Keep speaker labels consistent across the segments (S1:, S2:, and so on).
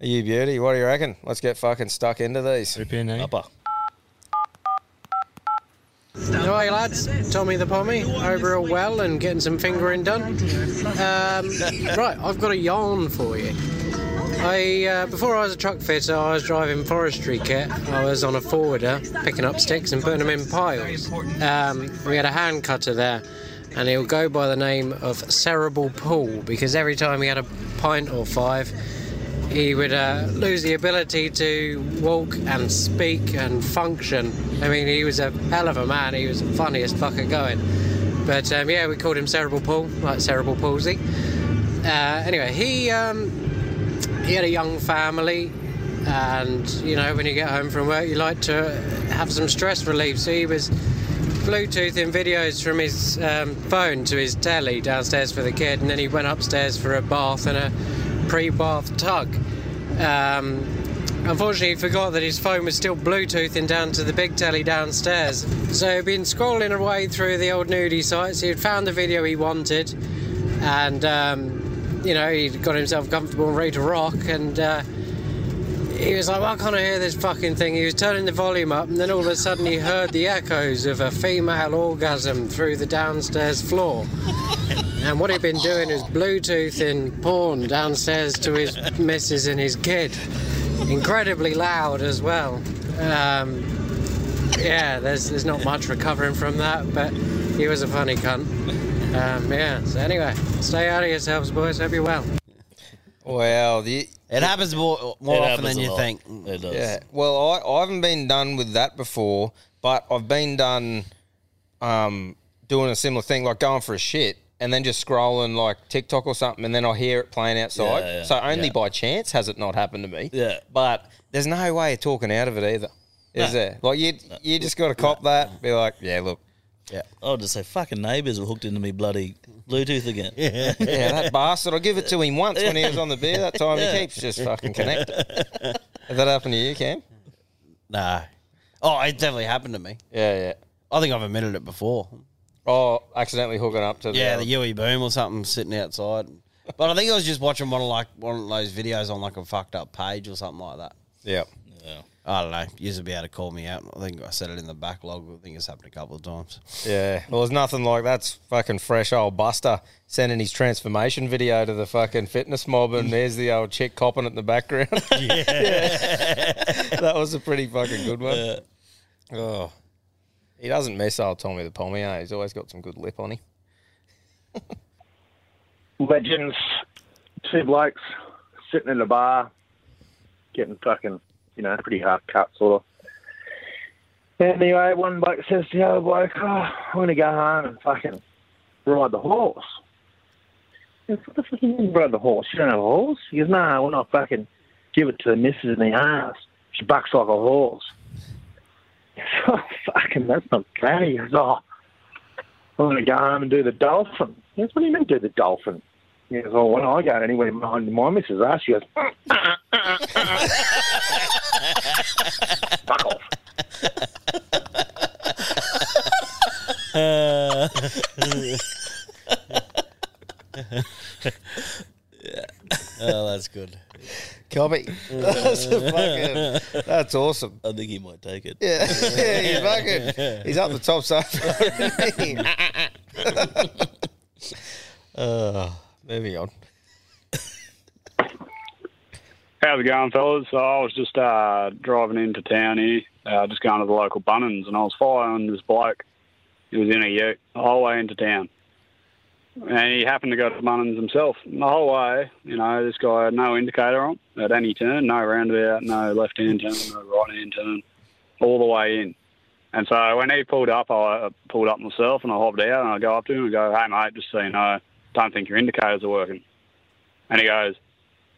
S1: You beauty, what do you reckon? Let's get fucking stuck into these.
S2: Upper. Hi lads, Tommy the Pommy, over at well and getting some fingering done. Um, right, I've got a yarn for you. I uh, before I was a truck fitter, I was driving forestry kit. I was on a forwarder, picking up sticks and putting them in piles. Um, we had a hand cutter there, and he'll go by the name of Cerebral Paul because every time he had a pint or five, he would uh, lose the ability to walk and speak and function. I mean, he was a hell of a man. He was the funniest fucker going. But um, yeah, we called him Cerebral Paul, like cerebral palsy. Uh, anyway, he um, he had a young family, and you know, when you get home from work, you like to have some stress relief. So he was Bluetoothing videos from his um, phone to his telly downstairs for the kid, and then he went upstairs for a bath and a pre-bath tug. Um, unfortunately, he forgot that his phone was still Bluetoothing down to the big telly downstairs. So he'd been scrolling away through the old nudie sites. He'd found the video he wanted, and um, you know he'd got himself comfortable and ready to rock. And uh, he was like, well, I can't I hear this fucking thing. He was turning the volume up, and then all of a sudden he heard the echoes of a female orgasm through the downstairs floor. And what he'd been doing is Bluetoothing porn downstairs to his missus and his kid. Incredibly loud as well. Um, yeah, there's, there's not much recovering from that, but he was a funny cunt. Um, yeah, so anyway, stay out of yourselves, boys. Hope you're well.
S1: Well, the
S3: It happens more, more
S4: It
S3: often
S4: happens
S3: than
S4: a
S3: you
S4: lot.
S3: think.
S4: It does.
S1: yeah. Well, I, I haven't been done with that before, but I've been done um, doing a similar thing, like going for a shit and then just scrolling like TikTok or something, and then I hear it playing outside.
S4: Yeah, yeah,
S1: so only
S4: yeah.
S1: by chance has it not happened to me.
S4: Yeah.
S1: But there's no way of talking out of it either,
S4: No.
S1: is there? Like you, you just got to cop that. Be like, yeah, look,
S4: I'll just say, fucking neighbours were hooked into me bloody Bluetooth again. Yeah.
S1: yeah, that bastard. I give it to him once when he was on the beer. That time he keeps just fucking connected. Has that happened to you, Cam?
S3: No. Oh, it definitely happened to me.
S1: Yeah, yeah.
S3: I think I've admitted it before.
S1: Oh, accidentally hooking up to the
S3: Yeah, the Yui Boom or something sitting outside. But I think I was just watching one of like one of those videos on like a fucked up page or something like that.
S1: yeah.
S3: I don't know. You will be able to call me out. I think I said it in the backlog. I think it's happened a couple of times.
S1: Yeah. Well, there's nothing like that's fucking fresh old Buster sending his transformation video to the fucking fitness mob, and there's the old chick copping it in the background. Yeah. that was a pretty fucking good one. Oh. He doesn't miss old Tommy the Pommy, eh? He's always got some good lip on him.
S5: legends, two blokes sitting in a bar, getting fucking, you know, pretty half cut sort of. Anyway, one bloke says to the other bloke, oh, I'm going to go home and fucking ride the horse. He goes, What the fuck do you mean ride the horse? You don't have a horse? He goes, no, we're not fucking give it to the missus in the ass. She bucks like a horse. He goes, Oh, fucking, that's not bad. He goes, oh, I'm going to go home and do the dolphin. He goes, what do you mean do the dolphin? He goes, oh, when I go anywhere, my, my missus asks, she goes, fuck off.
S3: Oh, that's good.
S1: Copy. that's, a fucking, that's awesome.
S4: I think he might take it.
S1: Yeah, yeah, he's fucking, he's up the top side. uh, moving on.
S5: How's it going, fellas? So I was just uh, driving into town here, uh, just going to the local Bunnings, and I was following this bloke. He was in a ute the whole way into town. And he happened to go to Bunnings himself. And the whole way, you know, this guy had no indicator on at any turn, no roundabout, no left hand turn, no right hand turn, all the way in. And so when he pulled up, I uh, pulled up myself and I hopped out and I go up to him and go, hey, mate, just so you know, don't think your indicators are working. And he goes,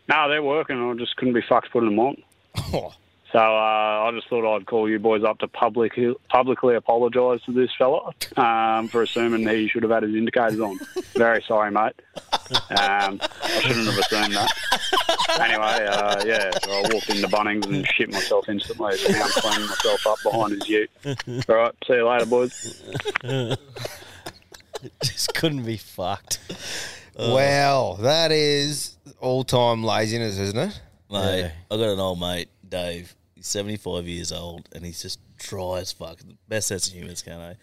S5: no, they're working. I just couldn't be fucked putting them on. So uh, I just thought I'd call you boys up to public, publicly apologise to this fella um, for assuming he should have had his indicators on. Very sorry, mate. Um, I shouldn't have assumed that. Anyway, uh, yeah, so I walked into Bunnings and shit myself instantly. So now I'm cleaning myself up behind his ute. All right, see you later, boys.
S3: Just couldn't be fucked.
S1: Well, that is all time laziness, isn't it?
S4: Mate, I got an old mate, Dave. He's 75 years old and he's just dry as fuck. The best sense of humour, Cano. eh?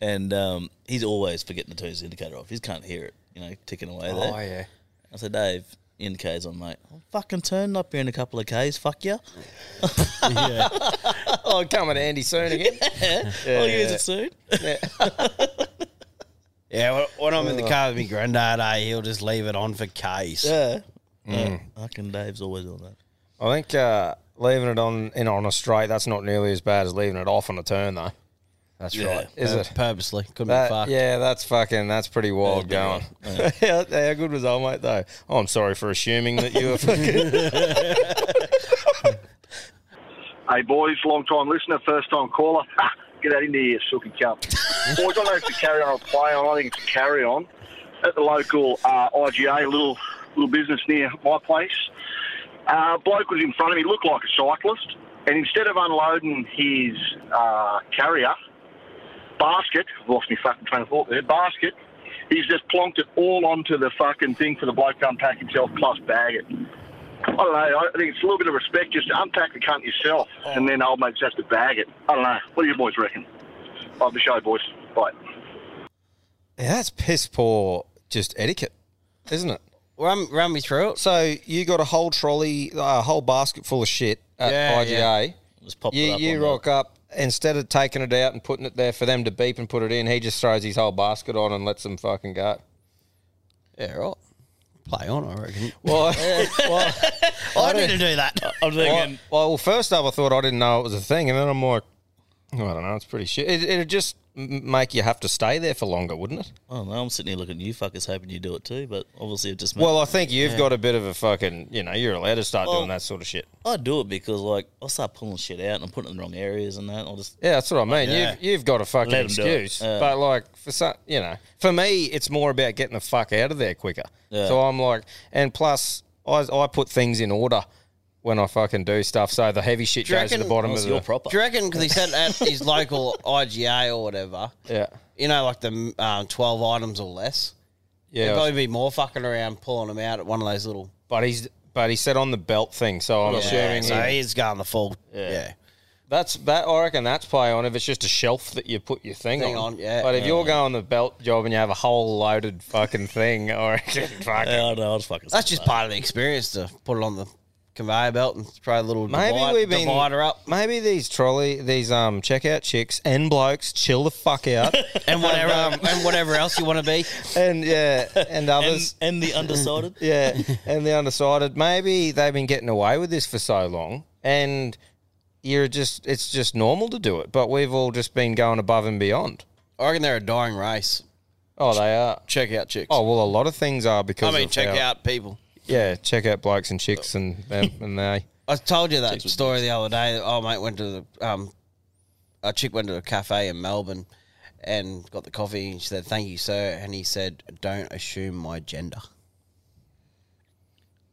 S4: And um, he's always forgetting to turn his indicator off. He just can't hear it, you know, ticking away there.
S1: Oh, yeah.
S4: I said, Dave, indicator's on, mate. I'm fucking turned up here in a couple of Ks, fuck you.
S1: oh, coming to Andy soon again.
S4: yeah. I'll use it soon.
S3: Yeah, when, when I'm in the car with my granddad, eh, he'll just leave it on for case.
S4: Yeah. Yeah. Fucking Dave's always on that.
S1: Mm. I think uh, leaving it on in on a straight that's not nearly as bad as leaving it off on a turn though.
S3: That's
S1: Yeah.
S3: right.
S1: Is
S3: Pur-
S1: it?
S3: Purposely. Couldn't
S1: That-
S3: be fucked.
S1: yeah, that's fucking that's pretty wild going. how, how good was old mate though? Oh, I'm sorry for assuming that you were fucking.
S6: Hey boys, long time listener, first time caller. Ha! Get that into here, Sookie Cup. boys, I don't know if it's a carry on or play on. I think it's a carry on. At the local uh, IGA, little little business near my place, uh, bloke was in front of me, looked like a cyclist, and instead of unloading his uh, carrier basket, I've lost my fucking train of thought there, basket, he's just plonked it all onto the fucking thing for the bloke to unpack himself plus bag it. I don't know. I think it's a little bit of respect just to unpack the cunt yourself, and then old mate just has to bag it. I don't know. What do you boys reckon? Love the show, boys. Bye.
S1: Yeah, that's piss poor just etiquette, isn't it?
S3: Run, run me through it.
S1: So you got a whole trolley, a whole basket full of shit at
S3: Yeah,
S1: IGA.
S3: yeah. Just pop it
S1: you
S3: up
S1: you
S3: on
S1: rock up instead of taking it out and putting it there for them to beep and put it in. He just throws his whole basket on and lets them fucking go.
S3: Yeah, right. Play on, I reckon.
S1: Well,
S3: I need to do that.
S4: I'm
S1: Well, well, first up, I thought I didn't know it was a thing, and then I'm like, "Oh, I don't know, it's pretty shit. It, it'd just m- make you have to stay there for longer, wouldn't it?
S4: I don't know. I'm sitting here looking at you fuckers, hoping you do it too, but obviously it just
S1: Well, I think you've
S4: Yeah.
S1: got a bit of a fucking, you know, you're allowed to start
S4: Well-
S1: doing that sort of shit.
S4: I do it because like I'll start pulling shit out and I'm putting it in the wrong areas and that. I'll just
S1: Yeah, that's what I mean.
S4: Yeah.
S1: You've you've got a fucking
S4: Let 'em do it.
S1: excuse,
S4: Yeah.
S1: but like for some, you know, for me, it's more about getting the fuck out of there quicker.
S4: Yeah.
S1: So I'm like, and plus, I I put things in order when I fucking do stuff, so the heavy shit
S3: Do you
S1: goes to the
S3: reckon-
S1: bottom
S3: Oh,
S1: of
S3: so
S1: the.
S3: you're Do you reckon because he said at his local IGA or whatever?
S1: Yeah.
S3: You know, like the um, twelve items or less.
S1: Yeah.
S3: There'd probably be more fucking around pulling them out at one of those little.
S1: But he's but he said on the belt thing, so I'm
S3: Yeah,
S1: assuming
S3: so
S1: he-
S3: he's going the full. Yeah.
S1: That's that. I reckon that's play on if it's just a shelf that you put your thing,
S3: Thing
S1: on.
S3: on, yeah.
S1: But if
S3: Yeah.
S1: you're going the belt job and you have a whole loaded fucking thing, I reckon fucking.
S4: Yeah, I know. I just fucking.
S3: That's just part of the experience to put it on the conveyor belt and throw a little
S1: Maybe
S3: divide,
S1: we've been
S3: divider up.
S1: Maybe these trolley, these um checkout chicks and blokes chill the fuck out,
S3: and whatever and um, whatever else you want to be.
S1: and yeah, and
S4: and,
S1: others,
S4: and the undecided.
S1: yeah, and the undecided. Maybe they've been getting away with this for so long, and you're just it's just normal to do it. But we've all just been going above and beyond.
S3: I reckon they're a dying race.
S1: Oh, they are.
S3: Check out chicks.
S1: Oh well, a lot of things are
S3: I
S1: because
S3: mean,
S1: of
S3: check
S1: how-
S3: out people.
S1: Yeah, check out blokes and chicks and them and they.
S3: I told you that story the other day. that Oh, mate, went to the um, a chick went to a cafe in Melbourne and got the coffee. and She said, "Thank you, sir," and he said, "Don't assume my gender."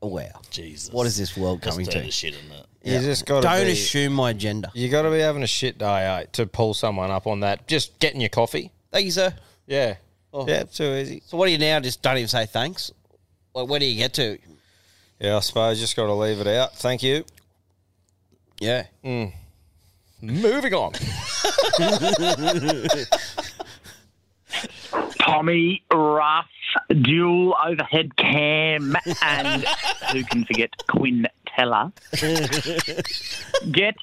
S3: Oh, wow,
S4: Jesus.
S3: what is this world
S4: That's
S3: coming
S4: dirty
S3: to?
S4: shit in that.
S1: You just got to
S3: Don't
S1: be,
S3: assume my gender.
S1: You got to be having a shit day eh, to pull someone up on that. Just getting your coffee.
S3: Thank you, sir.
S1: Yeah.
S3: Oh.
S1: Yeah, too easy.
S3: So, what do you now? Just don't even say thanks. Like, where do you get to?
S1: Yeah, I suppose just got to leave it out. Thank you.
S3: Yeah,
S1: Mm. Moving on.
S7: Tommy Ruff, dual overhead cam, and who can forget Quinn Teller? Get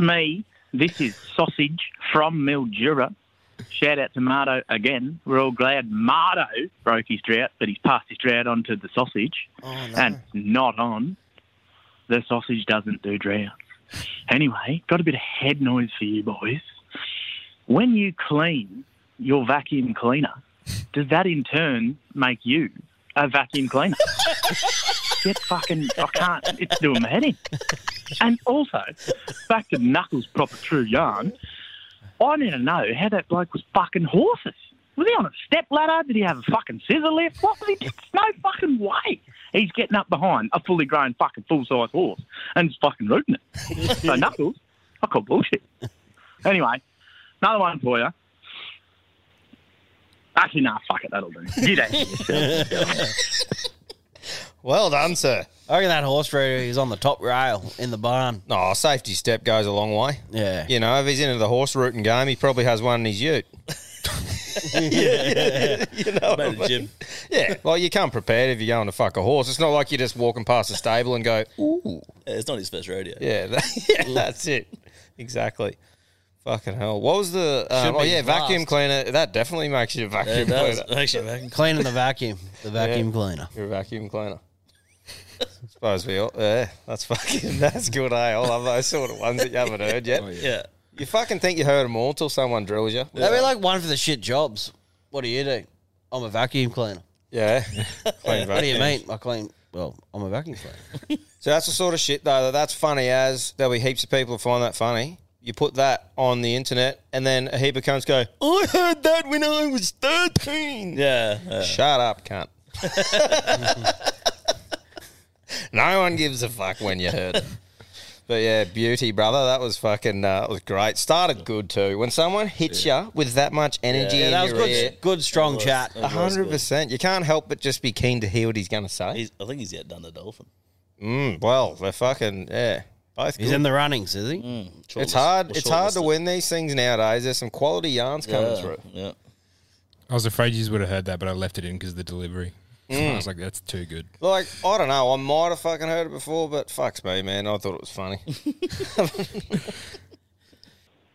S7: me. This is sausage from Mildura. Shout out to Mardo again. We're all glad Mardo broke his drought, but he's passed his drought on to the sausage, and it's not on. The sausage doesn't do drought. Anyway, got a bit of head noise for you boys. When you clean your vacuum cleaner, does that in turn make you a vacuum cleaner? Get fucking, I can't, it's doing my head in. And also, back to Knuckles' proper true yarn, I need to know how that bloke was fucking horses. Was he on a step ladder? Did he have a fucking scissor lift? What was he? It's no fucking way. He's getting up behind a fully grown fucking full size horse and just fucking rooting it. so Knuckles, I call bullshit. Anyway, another one for you. Actually, nah, fuck it, that'll do. You don't.
S1: well done, sir.
S3: I reckon that horse rider is on the top rail in the barn.
S1: No, Oh, safety step goes a long way.
S3: Yeah.
S1: You know, if he's into the horse rooting game, he probably has one in his ute. you know what I mean? Yeah, like you come prepared if you're going to fuck a horse. It's not like you're just walking past a stable and go, ooh.
S4: It's not his first rodeo.
S1: Yeah, that- yeah that's it. Exactly. Fucking hell. What was the. Um,
S3: Should
S1: oh,
S3: be
S1: yeah, vacuum cleaner. That definitely makes you a
S3: Yeah,
S1: vacuum
S3: it does.
S1: cleaner.
S4: Makes you a vacuum
S3: Cleaning the vacuum. The vacuum cleaner.
S1: You're a vacuum cleaner. Suppose we all. Yeah, that's fucking. That's good, eh? I love those sort of ones that you haven't heard yet.
S4: yeah. Yeah.
S1: You fucking think you heard them all till someone drills you.
S3: That'd be like one for the shit jobs. What do you do? I'm a vacuum cleaner.
S1: Yeah. Clean
S3: what do you
S1: vacuums.
S3: mean? I clean. Well, I'm a vacuum cleaner.
S1: So that's the sort of shit though that that's funny as there'll be heaps of people who find that funny. You put that on the internet and then a heap of cunts go, I heard that when I was 13.
S4: Yeah.
S1: Shut up, cunt.
S8: Uh,
S1: no one gives a fuck when you heard it. But yeah, beauty, brother. That was fucking. Uh, that was great. Started good too. When someone hits you with that much energy,
S3: Yeah,
S1: in
S3: that was
S1: your
S3: good-
S1: ear-
S3: good, strong That was- chat. that
S1: A
S3: was
S1: hundred
S3: good.
S1: percent. You can't help but just be keen to hear what he's going to say.
S4: He's, I think he's outdone the dolphin.
S1: Mm, well, they're fucking yeah. Both
S3: He's
S1: good.
S3: in the runnings, is he?
S4: Shortlisted.
S1: It's hard.
S4: Well,
S1: It's hard to
S4: shortlisted.
S1: win these things nowadays. There's some quality yarns coming
S4: Yeah,
S1: through.
S4: Yeah.
S9: I was afraid you would have heard that, but I left it in because of the delivery.
S1: Mm.
S9: I was like, that's too good.
S1: Like I don't know. I might have fucking heard it before, but fucks me, man. I thought it was funny.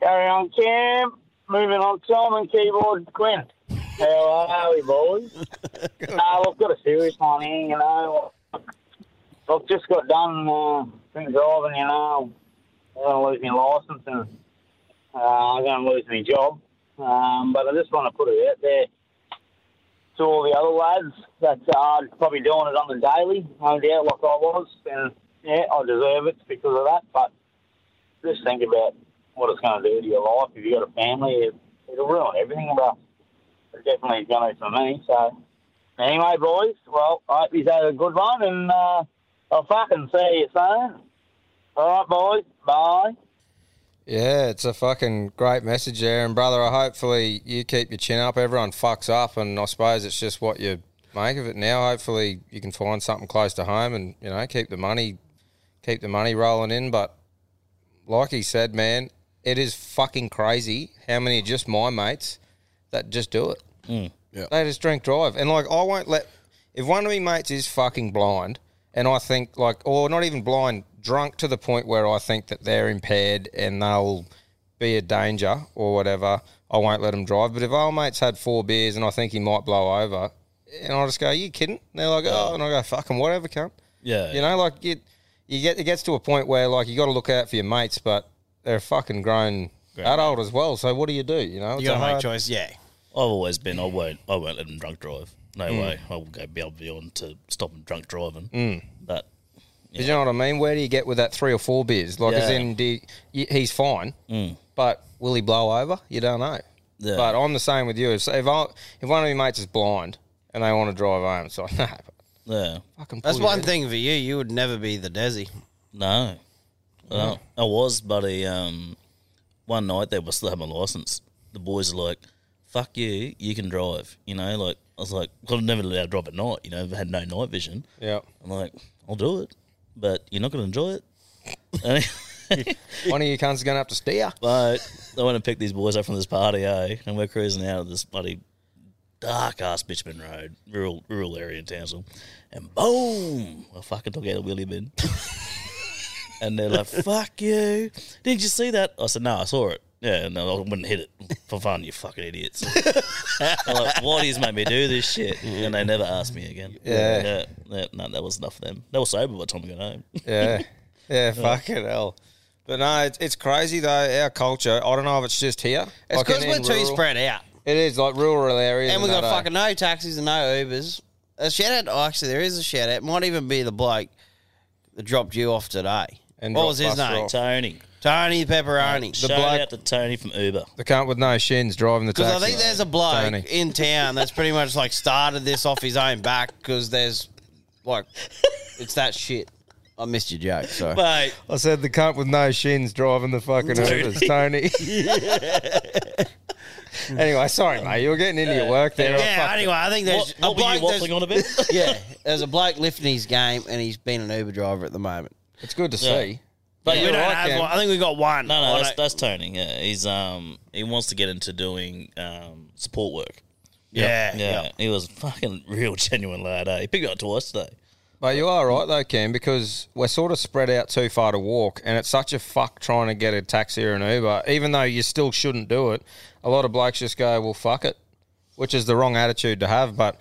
S10: Carry on, Cam. Moving on, Tom and keyboard Quinn. How are we, boys? uh, look, got a serious one here, you know. I've just got done uh, from driving, you know. I'm going to lose my license and uh, I'm going to lose my job. Um, but I just want to put it out there to all the other lads that are probably doing it on the daily, no doubt, like I was. And yeah, I deserve it because of that. But just think about what it's going to do to your life. If you've got a family, it, it'll ruin everything about it. definitely going to for me. So, anyway, boys, well, I hope you had a good one, and uh, I'll fucking see you soon. All right, boys, bye.
S1: yeah, it's a fucking great message there, and brother. I hopefully you keep your chin up. Everyone fucks up, and I suppose it's just what you make of it now. Hopefully you can find something close to home, and you know keep the money, keep the money rolling in. But like he said, man, it is fucking crazy how many of just my mates that just do it. They just drink drive. And like I won't let if one of me mates is fucking blind and I think like or not even blind, drunk to the point where I think that they're impaired and they'll be a danger or whatever, I won't let them drive. But if our mate's had four beers and I think he might blow over and I just go, Are you kidding? And they're like, Oh and I go, Fucking whatever, cunt.
S4: Yeah.
S1: You know, like you you get it gets to a point where like you gotta look out for your mates, but they're a fucking grown adult as well. So what do you do? You know, It's a hard-
S4: I've always been. I won't. I won't let them drunk drive. No
S1: Mm.
S4: way. I will go beyond beyond to stopping drunk driving.
S1: Mm.
S4: But
S1: But you know what I mean? Where do you get with that three or four beers? Like, as
S4: Yeah. Mm.
S1: in, do you, he's fine, but will he blow over? You don't know.
S4: Yeah.
S1: But I'm the same with you. If, if, I, if one of your mates is blind and they want to drive home, it's like, nah.
S4: yeah,
S1: Fucking
S3: That's
S1: pull your
S3: one
S1: head.
S3: thing for you. You would never be the Desi.
S4: No. Well, I was, buddy. Um, one night they were still having my license. The boys are like, "Fuck you, you can drive." You know, like I was like, "Well, I'm never allowed to drive at night." You know, I had no night vision.
S1: Yeah,
S4: I'm like, "I'll do it, but you're not going to enjoy it."
S1: one of you cunts is going to have to steer.
S4: But I went and picked these boys up from this party, eh? And we're cruising out of this bloody dark ass Bitchman Road, rural rural area in Townsville, and boom, I fucking took out a wheelie bin. and they're like, "Fuck you! Did you see that?" I said, "No, I saw it." Yeah, no, I wouldn't hit it for fun. You fucking idiots! I'm like, why do you make me do this shit? And they never asked me again.
S1: Yeah.
S4: yeah, yeah, no, that was enough for them. They were sober by the time we got home.
S1: Yeah. Yeah, fucking hell. But no, it's, it's crazy though. Our culture, I don't know if it's just here.
S3: It's
S1: Like,
S3: 'cause
S1: in
S3: we're too spread out.
S1: It is like rural areas.
S3: and we
S1: and
S3: got
S1: that, eh?
S3: fucking no taxis and no Ubers. A shout out, oh, actually, there is a shout out. It might even be the bloke that dropped you off today.
S1: And
S3: what
S1: dropped
S3: was
S1: us
S3: his name?
S1: off.
S4: Tony.
S3: Tony Pepperoni.
S4: Shout out to Tony from Uber.
S1: The cunt with no shins driving the taxi.
S3: Because I think there's a bloke
S1: Tony.
S3: in town that's pretty much like started this off his own back because there's like, it's that shit. I missed your joke, sorry.
S4: Mate.
S1: I said the cunt with no shins driving the fucking
S3: Tony.
S1: Ubers, Tony. anyway, sorry, mate. You were getting into your work there.
S3: Yeah, anyway, I think there's
S4: What- what were you
S3: there's-
S4: waffling on about?
S3: yeah, there's a bloke lifting his game, and he's been an Uber driver at the moment.
S1: It's good to
S4: Yeah. see. But
S3: we
S4: you're
S3: don't
S4: right,
S3: have
S4: Cam.
S3: one. I think we got one.
S4: No,
S3: I
S4: no, that's,
S3: don't-
S4: that's Tony. Yeah, he's um, he wants to get into doing um support work.
S3: Yeah,
S4: yeah.
S3: yeah.
S4: He was a fucking real genuine lad. Eh? He picked me up twice today.
S1: But you are right though, Cam, because we're sort of spread out too far to walk, and it's such a fuck trying to get a taxi or an Uber, even though you still shouldn't do it. A lot of blokes just go, "Well, fuck it," which is the wrong attitude to have. But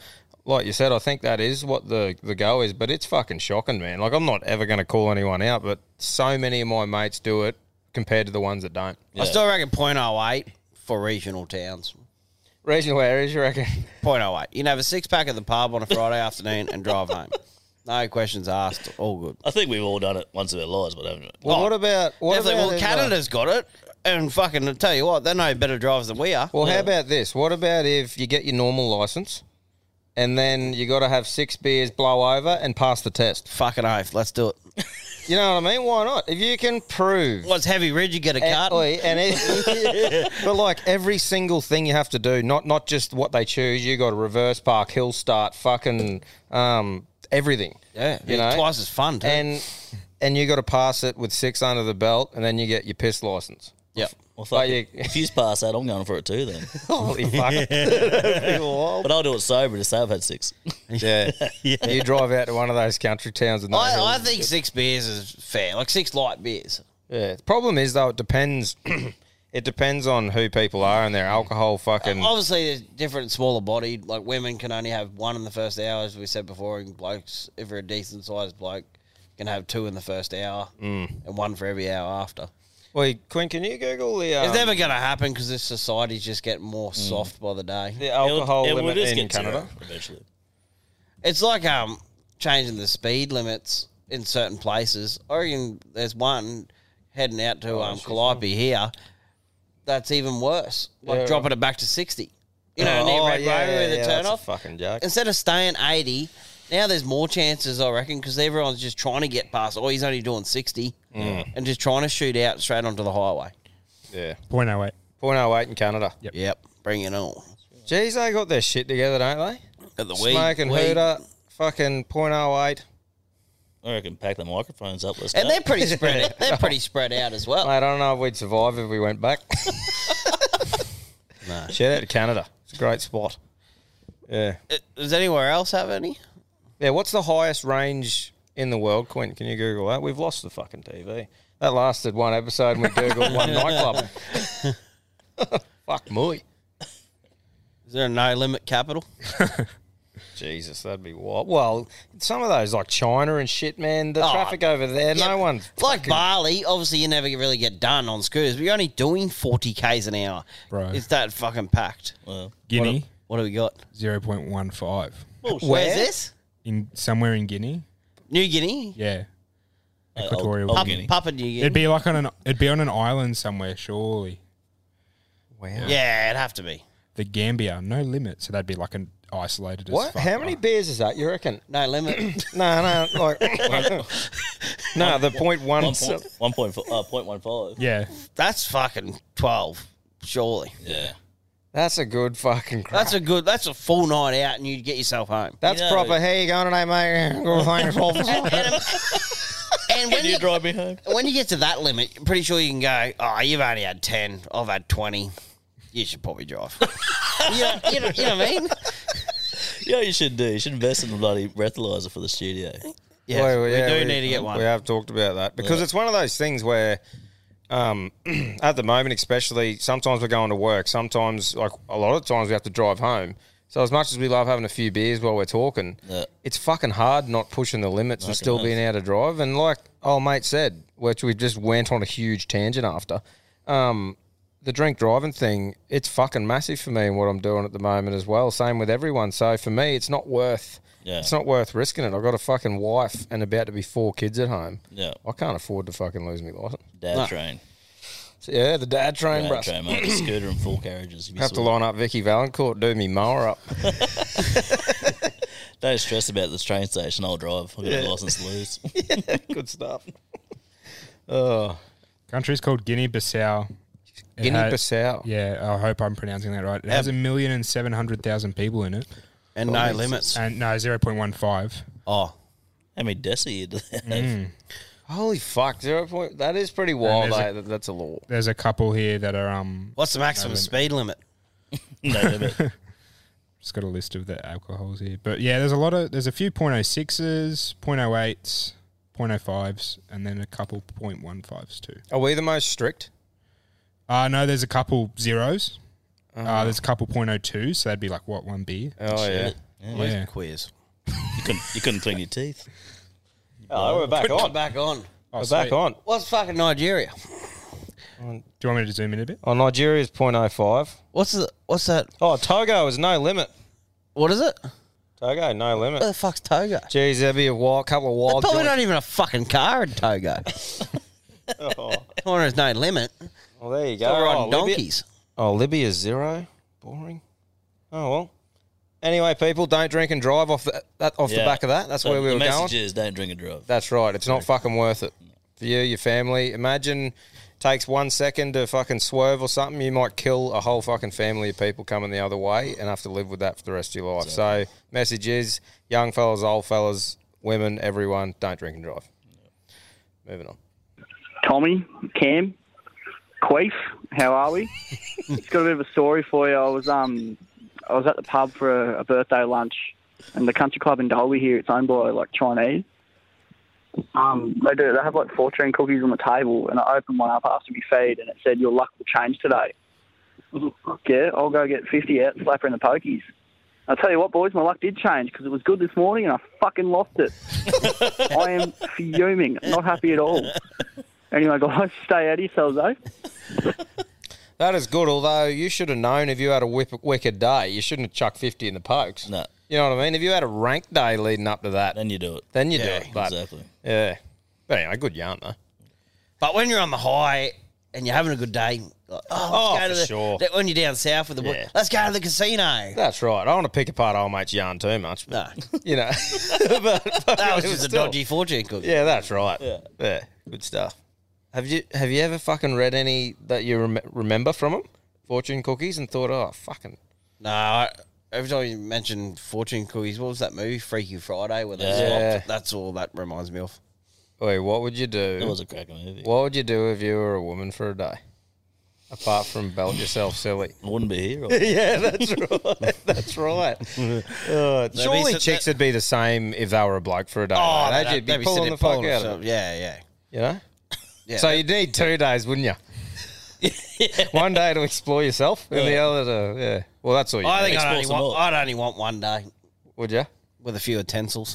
S1: like you said, I think that is what the the go is. But it's fucking shocking, man. Like I'm not ever going to call anyone out, but so many of my mates do it compared to the ones that don't.
S3: I still reckon .08 for regional towns.
S1: Regional areas, you reckon?
S3: .08. You can have a six pack at the pub on a Friday afternoon and drive home. No questions asked. All good. Oh,
S4: I think we've all done it once in our lives, but haven't we?
S1: Well, what about what
S3: Definitely,
S1: about
S3: well,
S1: if, uh,
S3: Canada's got it, and fucking I tell you what, they're no better drivers than we are.
S1: Well, how about this? What about if you get your normal license and then you got to have six beers, blow over, and pass the test?
S3: Fucking oath. Let's do it.
S1: You know what I mean? Why not? If you can prove.
S3: What's heavy ridge? You get a
S1: And-
S3: cart.
S1: Eh, oi, and it- but like every single thing you have to do, not not just what they choose. You got to reverse park, hill start, fucking um, everything.
S3: Yeah,
S1: you
S3: it's
S1: know,
S3: twice as fun. Too.
S1: and and you got to pass it with six under the belt, and then you get your piss license.
S3: Yep.
S4: Well, fuck it. if you pass that, I'm going for it too. Then
S1: holy fuck!
S4: but I'll do it sober to say I've had six.
S1: Yeah.
S4: Yeah.
S1: You drive out to one of those country towns and those hills
S3: I, I
S1: and
S3: think
S1: shit.
S3: six beers is fair, like six light beers.
S1: Yeah. The problem is though, it depends. it depends on who people are and their alcohol fucking.
S3: Obviously, there's different smaller bodied. Like women can only have one in the first hour, as we said before, and blokes, if you're a decent sized bloke, can have two in the first hour
S1: Mm.
S3: and one for every hour after.
S1: Wait, Quinn, can you Google the? Um,
S3: it's never going to happen because this society's just getting more soft by the day.
S1: The alcohol Mm. It would- it limit would just in get Canada? zero
S4: eventually.
S3: It's like um changing the speed limits in certain places. I reckon there's one heading out
S1: Oh,
S3: to um, Calliope here that's even worse. Like
S1: Yeah.
S3: dropping it back to 60. You know, near
S1: Oh,
S3: Red
S1: yeah,
S3: Road
S1: yeah,
S3: where the
S1: yeah,
S3: turn
S1: that's a
S3: off.
S1: fucking joke.
S3: Instead of staying 80, now there's more chances, I reckon, because everyone's just trying to get past. Oh, he's only doing 60
S1: Mm.
S3: and just trying to shoot out straight onto the highway.
S1: Yeah.
S9: Point oh eight.
S1: Point oh eight in Canada.
S9: Yep.
S3: Yep. Bring it on.
S1: Geez, they got their shit together, don't they?
S3: Got the weed.
S1: Smoking
S3: weed.
S1: hooter, fucking point oh eight.
S4: I reckon pack the microphones up. Let's go.
S3: And they're pretty spread. they're pretty spread out as well.
S1: Mate, I don't know if we'd survive if we went back.
S3: no.
S1: Shout out to Canada. It's a great spot. Yeah.
S3: Uh, Does anywhere else have any?
S1: Yeah, what's the highest range in the world, Quint? Can you Google that? We've lost the fucking TV. That lasted one episode and we Googled one nightclub. Fuck me.
S3: Is there a no limit capital?
S1: Jesus, that'd be wild. Well, some of those like China and shit, man, the
S3: Oh,
S1: traffic over there,
S3: yeah,
S1: no one.
S3: Like Bali, obviously you never really get done on scooters, but you're only doing 40 Ks an hour.
S9: Bro.
S3: It's that fucking packed.
S9: Guinea.
S3: What, do we got?
S9: Zero point one five.
S3: Bullshit. Where's this?
S9: In somewhere in Guinea.
S3: New Guinea?
S9: Yeah. Equatorial
S3: Papua-
S9: Guinea.
S3: Papua New Guinea.
S9: It'd be like on an it'd be on an island somewhere, surely.
S1: Wow.
S3: Yeah, it'd have to be.
S9: The Gambia, no limit, so that'd be like an isolated. as
S1: What?
S9: fuck.
S1: How many beers is that, you reckon?
S3: No limit.
S1: no, no, like. no, the point one.
S4: One point, one point, fo- uh, point one five.
S9: Yeah.
S3: That's fucking 12, surely.
S4: Yeah.
S1: That's a good fucking crap.
S3: That's a good, that's a full night out and you get yourself home.
S1: That's proper. How you going today, mate? Go find yourself.
S3: And when you,
S4: drive me home?
S3: When you get to that limit, I'm pretty sure you can go, oh, you've only had 10, I've had 20. You should probably drive. you, know, you, know, you know what I mean?
S4: Yeah, you should do. You should invest in a bloody breathalyzer for the studio.
S3: Yes,
S1: Well,
S3: we
S1: yeah,
S3: do need to get one.
S1: We have talked about that because
S4: Yeah.
S1: it's one of those things where, um, at the moment, especially, sometimes we're going to work. Sometimes, like a lot of times, we have to drive home. So as much as we love having a few beers while we're talking, it's fucking hard not pushing the limits and
S4: Fucking
S1: still
S4: hell.
S1: being able to drive. And like old mate said, which we just went on a huge tangent after, um, the drink driving thing, it's fucking massive for me and what I'm doing at the moment as well. Same with everyone. So for me, it's not worth.
S4: Yeah.
S1: It's not worth risking it. I've got a fucking wife and about to be four kids at home.
S4: Yeah.
S1: I can't afford to fucking lose me license.
S4: Dad
S1: No.
S4: train.
S1: So, yeah, the dad train,
S4: Dad
S1: bruh.
S4: train, mate. Scooter and four carriages. You'd be
S1: Have to
S4: sorted.
S1: line up Vicky Valancourt, do me mower up.
S4: Don't stress about this train station. I'll drive. I've got
S1: Yeah.
S4: a license to lose.
S1: Good stuff. Oh.
S9: Country's called Guinea Bissau. It
S1: Guinea
S9: had-
S1: Bissau.
S9: Yeah, I hope I'm pronouncing that right. It
S1: Yep.
S9: has a million and seven hundred thousand people in it,
S1: And no limits.
S9: and no zero point one five. Mm.
S3: Oh,
S4: how many deci did they have?
S1: Holy fuck! Zero point. That is pretty wild.
S9: there's a-
S1: eh, that- that's a law.
S9: There's a couple here that are um.
S3: What's the maximum speed limit?
S4: no limit.
S9: Just got a list of the alcohols here, but yeah, there's a lot of there's a few point oh sixes, point oh eights, point oh fives, and then a couple point one fives too.
S1: Are we the most strict?
S9: Uh no, there's a couple zeros. Uh, there's a couple point oh two, so that'd be like what one beer.
S1: Oh, yeah.
S4: Yeah,
S9: yeah.
S4: where's
S9: yeah.
S3: Queers.
S4: You couldn't, you couldn't clean your teeth.
S1: Oh, we're back on.
S3: back on.
S1: We're back on.
S3: What's fucking Nigeria?
S9: Do you want me to zoom in a bit?
S1: Oh, Nigeria's 0.05.
S3: What's the, what's that?
S1: Oh, Togo is no limit.
S3: What is it?
S1: Togo, no limit.
S3: Where the fuck's Togo?
S1: Jeez, there'd be a wild, couple of wild.
S3: Probably
S1: joints.
S3: not even a fucking car in Togo. Corner is no limit.
S1: Oh, Well, there you go.
S3: So we're on
S1: Oh, Libya-
S3: donkeys.
S1: Oh, Libya's zero. Boring. Oh well. Anyway, people, don't drink and drive off the, that off the
S4: Yeah.
S1: back of that. That's
S4: So
S1: where we
S4: the
S1: were
S4: message
S1: going.
S4: is don't drink and drive.
S1: That's right. It's not fucking worth it for you, your family. Imagine takes one second to fucking swerve or something. You might kill a whole fucking family of people coming the other way and have to live with that for the rest of your life. So, message is young fellas, old fellas, women, everyone, don't drink and drive. Moving on.
S11: Tommy, Cam, Queef, how are we? It's got a bit of a story for you. I was um, I was at the pub for a, a birthday lunch, and the country club in Dolby here, it's owned by like Chinese. Um, they do. They have like fourteen cookies on the table, and I opened one up after me feed, and it said, "Your luck will change today." I was like, Fuck yeah! I'll go get fifty out, slap her in the pokies. I tell you what, boys, my luck did change because it was good this morning, and I fucking lost it. I am fuming, not happy at all. Anyway, guys, stay out of eh? yourselves, though.
S1: That is good, although you should have known if you had a whip, wicked day, you shouldn't have chucked 50 in the pokes.
S4: No.
S1: You know what I mean? If you had a rank day leading up to that,
S4: then you do it.
S1: Then you
S4: Yeah,
S1: do it. But,
S4: exactly.
S1: Yeah. But anyway, good yarn, though.
S3: But when you're on the high and you're having a good day, like, oh,
S1: Oh,
S3: let's go to
S1: for
S3: the,
S1: sure.
S3: that- When you're down south with the boy,
S1: Yeah.
S3: let's go to the casino.
S1: That's right. I don't want to pick apart old mate's yarn too much.
S3: No.
S1: You know.
S3: that
S1: it was
S3: was just a
S1: still-
S3: dodgy fortune cookie.
S1: Yeah, that's right. Yeah.
S3: Yeah.
S1: Good stuff. Have you have you ever fucking read any that you rem- remember from them? Fortune cookies and thought, oh, fucking.
S3: No, I, every time you mention fortune cookies, what was that movie, Freaky Friday, where they
S1: Yeah.
S3: swapped? That's all that reminds me of.
S1: Wait, what would you do?
S4: That was a cracking movie.
S1: What would you do if you were a woman for a day? Apart from belt yourself silly.
S4: I wouldn't be here.
S1: yeah, that's right. That's right.
S3: Oh,
S1: Uh,
S4: They'd be
S1: surely
S4: sit-
S1: chicks would be the same if they were a bloke for a day.
S3: Oh,
S1: though.
S3: they'd,
S1: They'd
S3: they'd,
S1: be pulling the fuck out of it.
S3: Yeah, yeah.
S1: You know?
S3: Yeah,
S1: so
S3: that-
S1: you'd need two days, wouldn't you? one day to explore yourself, and the
S3: Yeah.
S1: other to yeah. Well, that's all you.
S3: I
S1: need.
S3: think I'd only, want, I'd only want one day.
S1: Would you?
S3: With a few utensils.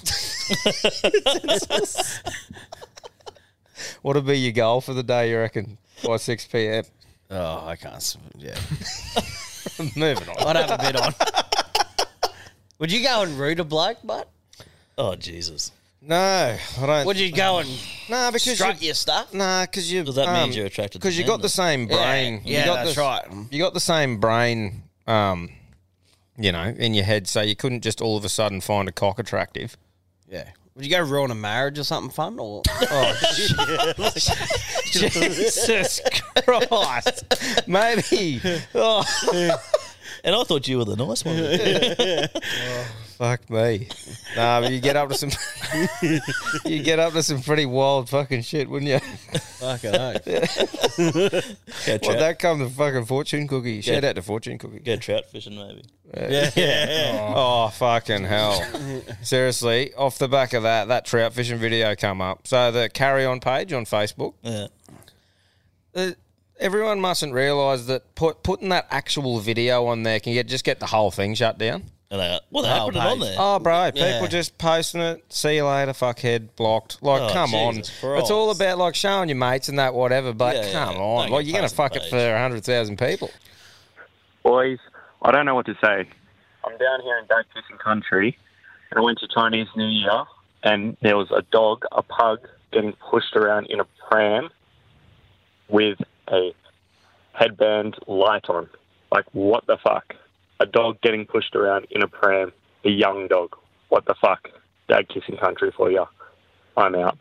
S1: What'd be your goal for the day? You reckon by six p.m.
S3: Oh, I can't. s- Yeah.
S1: Moving on.
S3: I'd have a bit on. Would you go and root a bloke, but
S4: Oh Jesus!
S1: No, I don't.
S3: Would you go and
S1: nah, because
S3: strut
S1: you-
S3: your stuff?
S1: Nah, because you.
S4: Does that mean you're attracted? to
S1: Because you
S4: men,
S1: got the
S4: or-
S1: same
S3: Yeah,
S1: brain. You
S3: yeah,
S1: got
S3: that's
S1: the-
S3: right.
S1: You got the same brain. Um, you know, in your head, so you couldn't just all of a sudden find a cock attractive.
S3: Yeah. Would you go ruin a marriage or something fun? Or
S1: Oh, Jesus Christ. Maybe. Oh,
S4: And I thought you were the nice one.
S1: Oh, fuck me. Nah, but you get up to some you get up to some pretty wild fucking shit, wouldn't you?
S3: fucking hell.
S4: Go trout,
S1: Well, that come the fucking fortune cookie. Shout
S4: Yeah.
S1: out to fortune cookie.
S4: go trout fishing maybe.
S1: Yeah. Oh, fucking hell. Seriously, off the back of that, that trout fishing video come up. So the carry on page on Facebook.
S4: Yeah.
S1: uh, everyone mustn't realise that put, putting that actual video on there can get just get the whole thing shut down.
S4: And I, well, they
S3: Oh,
S4: put it on
S3: mate.
S4: there.
S1: Oh, bro, people
S3: Yeah.
S1: just posting it. See you later, fuckhead. Blocked. Like,
S4: Oh,
S1: come
S4: Jesus
S1: on.
S4: Christ.
S1: It's all about like showing your mates and that, whatever. But
S4: Yeah, yeah,
S1: come
S4: yeah.
S1: on,
S4: Don't
S1: like
S4: get
S1: you're gonna
S4: posted on
S1: fuck it
S4: page.
S1: for hundred thousand people.
S12: Boys, I don't know what to say. I'm down here in Don't Kissing Country, and I went to Chinese New Year, and there was a dog, a pug, getting pushed around in a pram with a headband light on. Like, what the fuck? A dog getting pushed around in a pram, a young dog. What the fuck? Dad Kissing Country for ya. I'm out.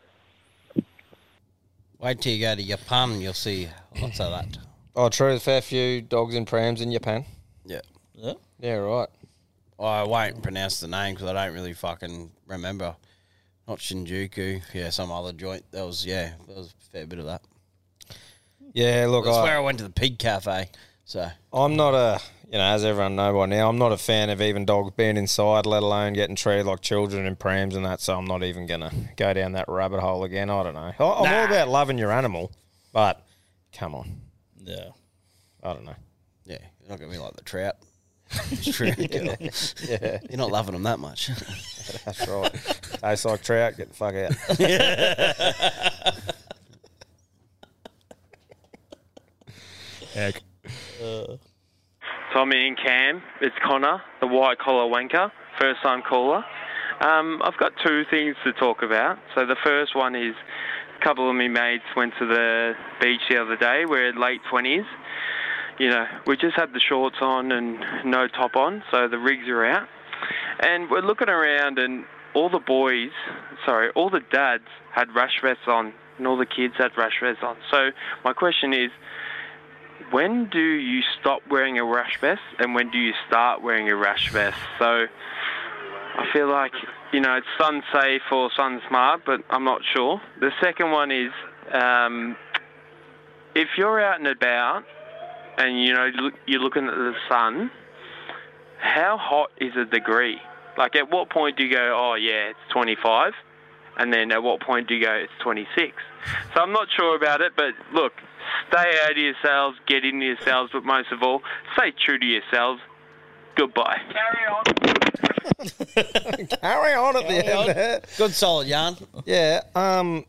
S3: Wait till you go to Japan, you'll see lots of that.
S1: Oh, true. There's a fair few dogs and prams in Japan.
S3: Yeah.
S4: Yeah.
S1: Yeah, right.
S3: I won't pronounce the name because I don't really fucking remember. Not Shinjuku. Yeah, some other joint. That was, yeah, that was a fair bit of that.
S1: Yeah, look,
S3: That's
S1: I-
S3: where I went to the pig cafe. So,
S1: I'm not a, you know, as everyone know by now, I'm not a fan of even dogs being inside, let alone getting treated like children in prams and that. So I'm not even gonna go down that rabbit hole again. I don't know. I- I'm all about loving your animal, but come on,
S4: Yeah.
S1: I don't know.
S3: yeah, you're not going to be like the trout. It's true. yeah. You're not loving them that much.
S1: That's right. Tastes like trout. Get the fuck out.
S9: Heck.
S13: Uh. Tommy and Cam, it's Connor, the white collar wanker, first time caller. Um, I've got two things to talk about. So the first one is a couple of me mates went to the beach the other day. We're in late twenties. You know, we just had the shorts on and no top on, so the rigs are out. And we're looking around, and all the boys, sorry, all the dads had rash vests on, and all the kids had rash vests on. So my question is, when do you stop wearing a rash vest and when do you start wearing a rash vest? So I feel like, you know, it's sun safe or sun smart, but I'm not sure. The second one is um, if you're out and about and, you know, you look- you're looking at the sun, how hot is a degree? Like, at what point do you go, oh, yeah, it's 25? And then at what point do you go, it's 26? So I'm not sure about it, but look, stay out of yourselves, get into yourselves, but most of all, stay true to yourselves. Goodbye. Carry on.
S1: Carry on at the
S3: Carry
S1: end
S3: on.
S1: there.
S3: Good solid yarn.
S1: Yeah. Um.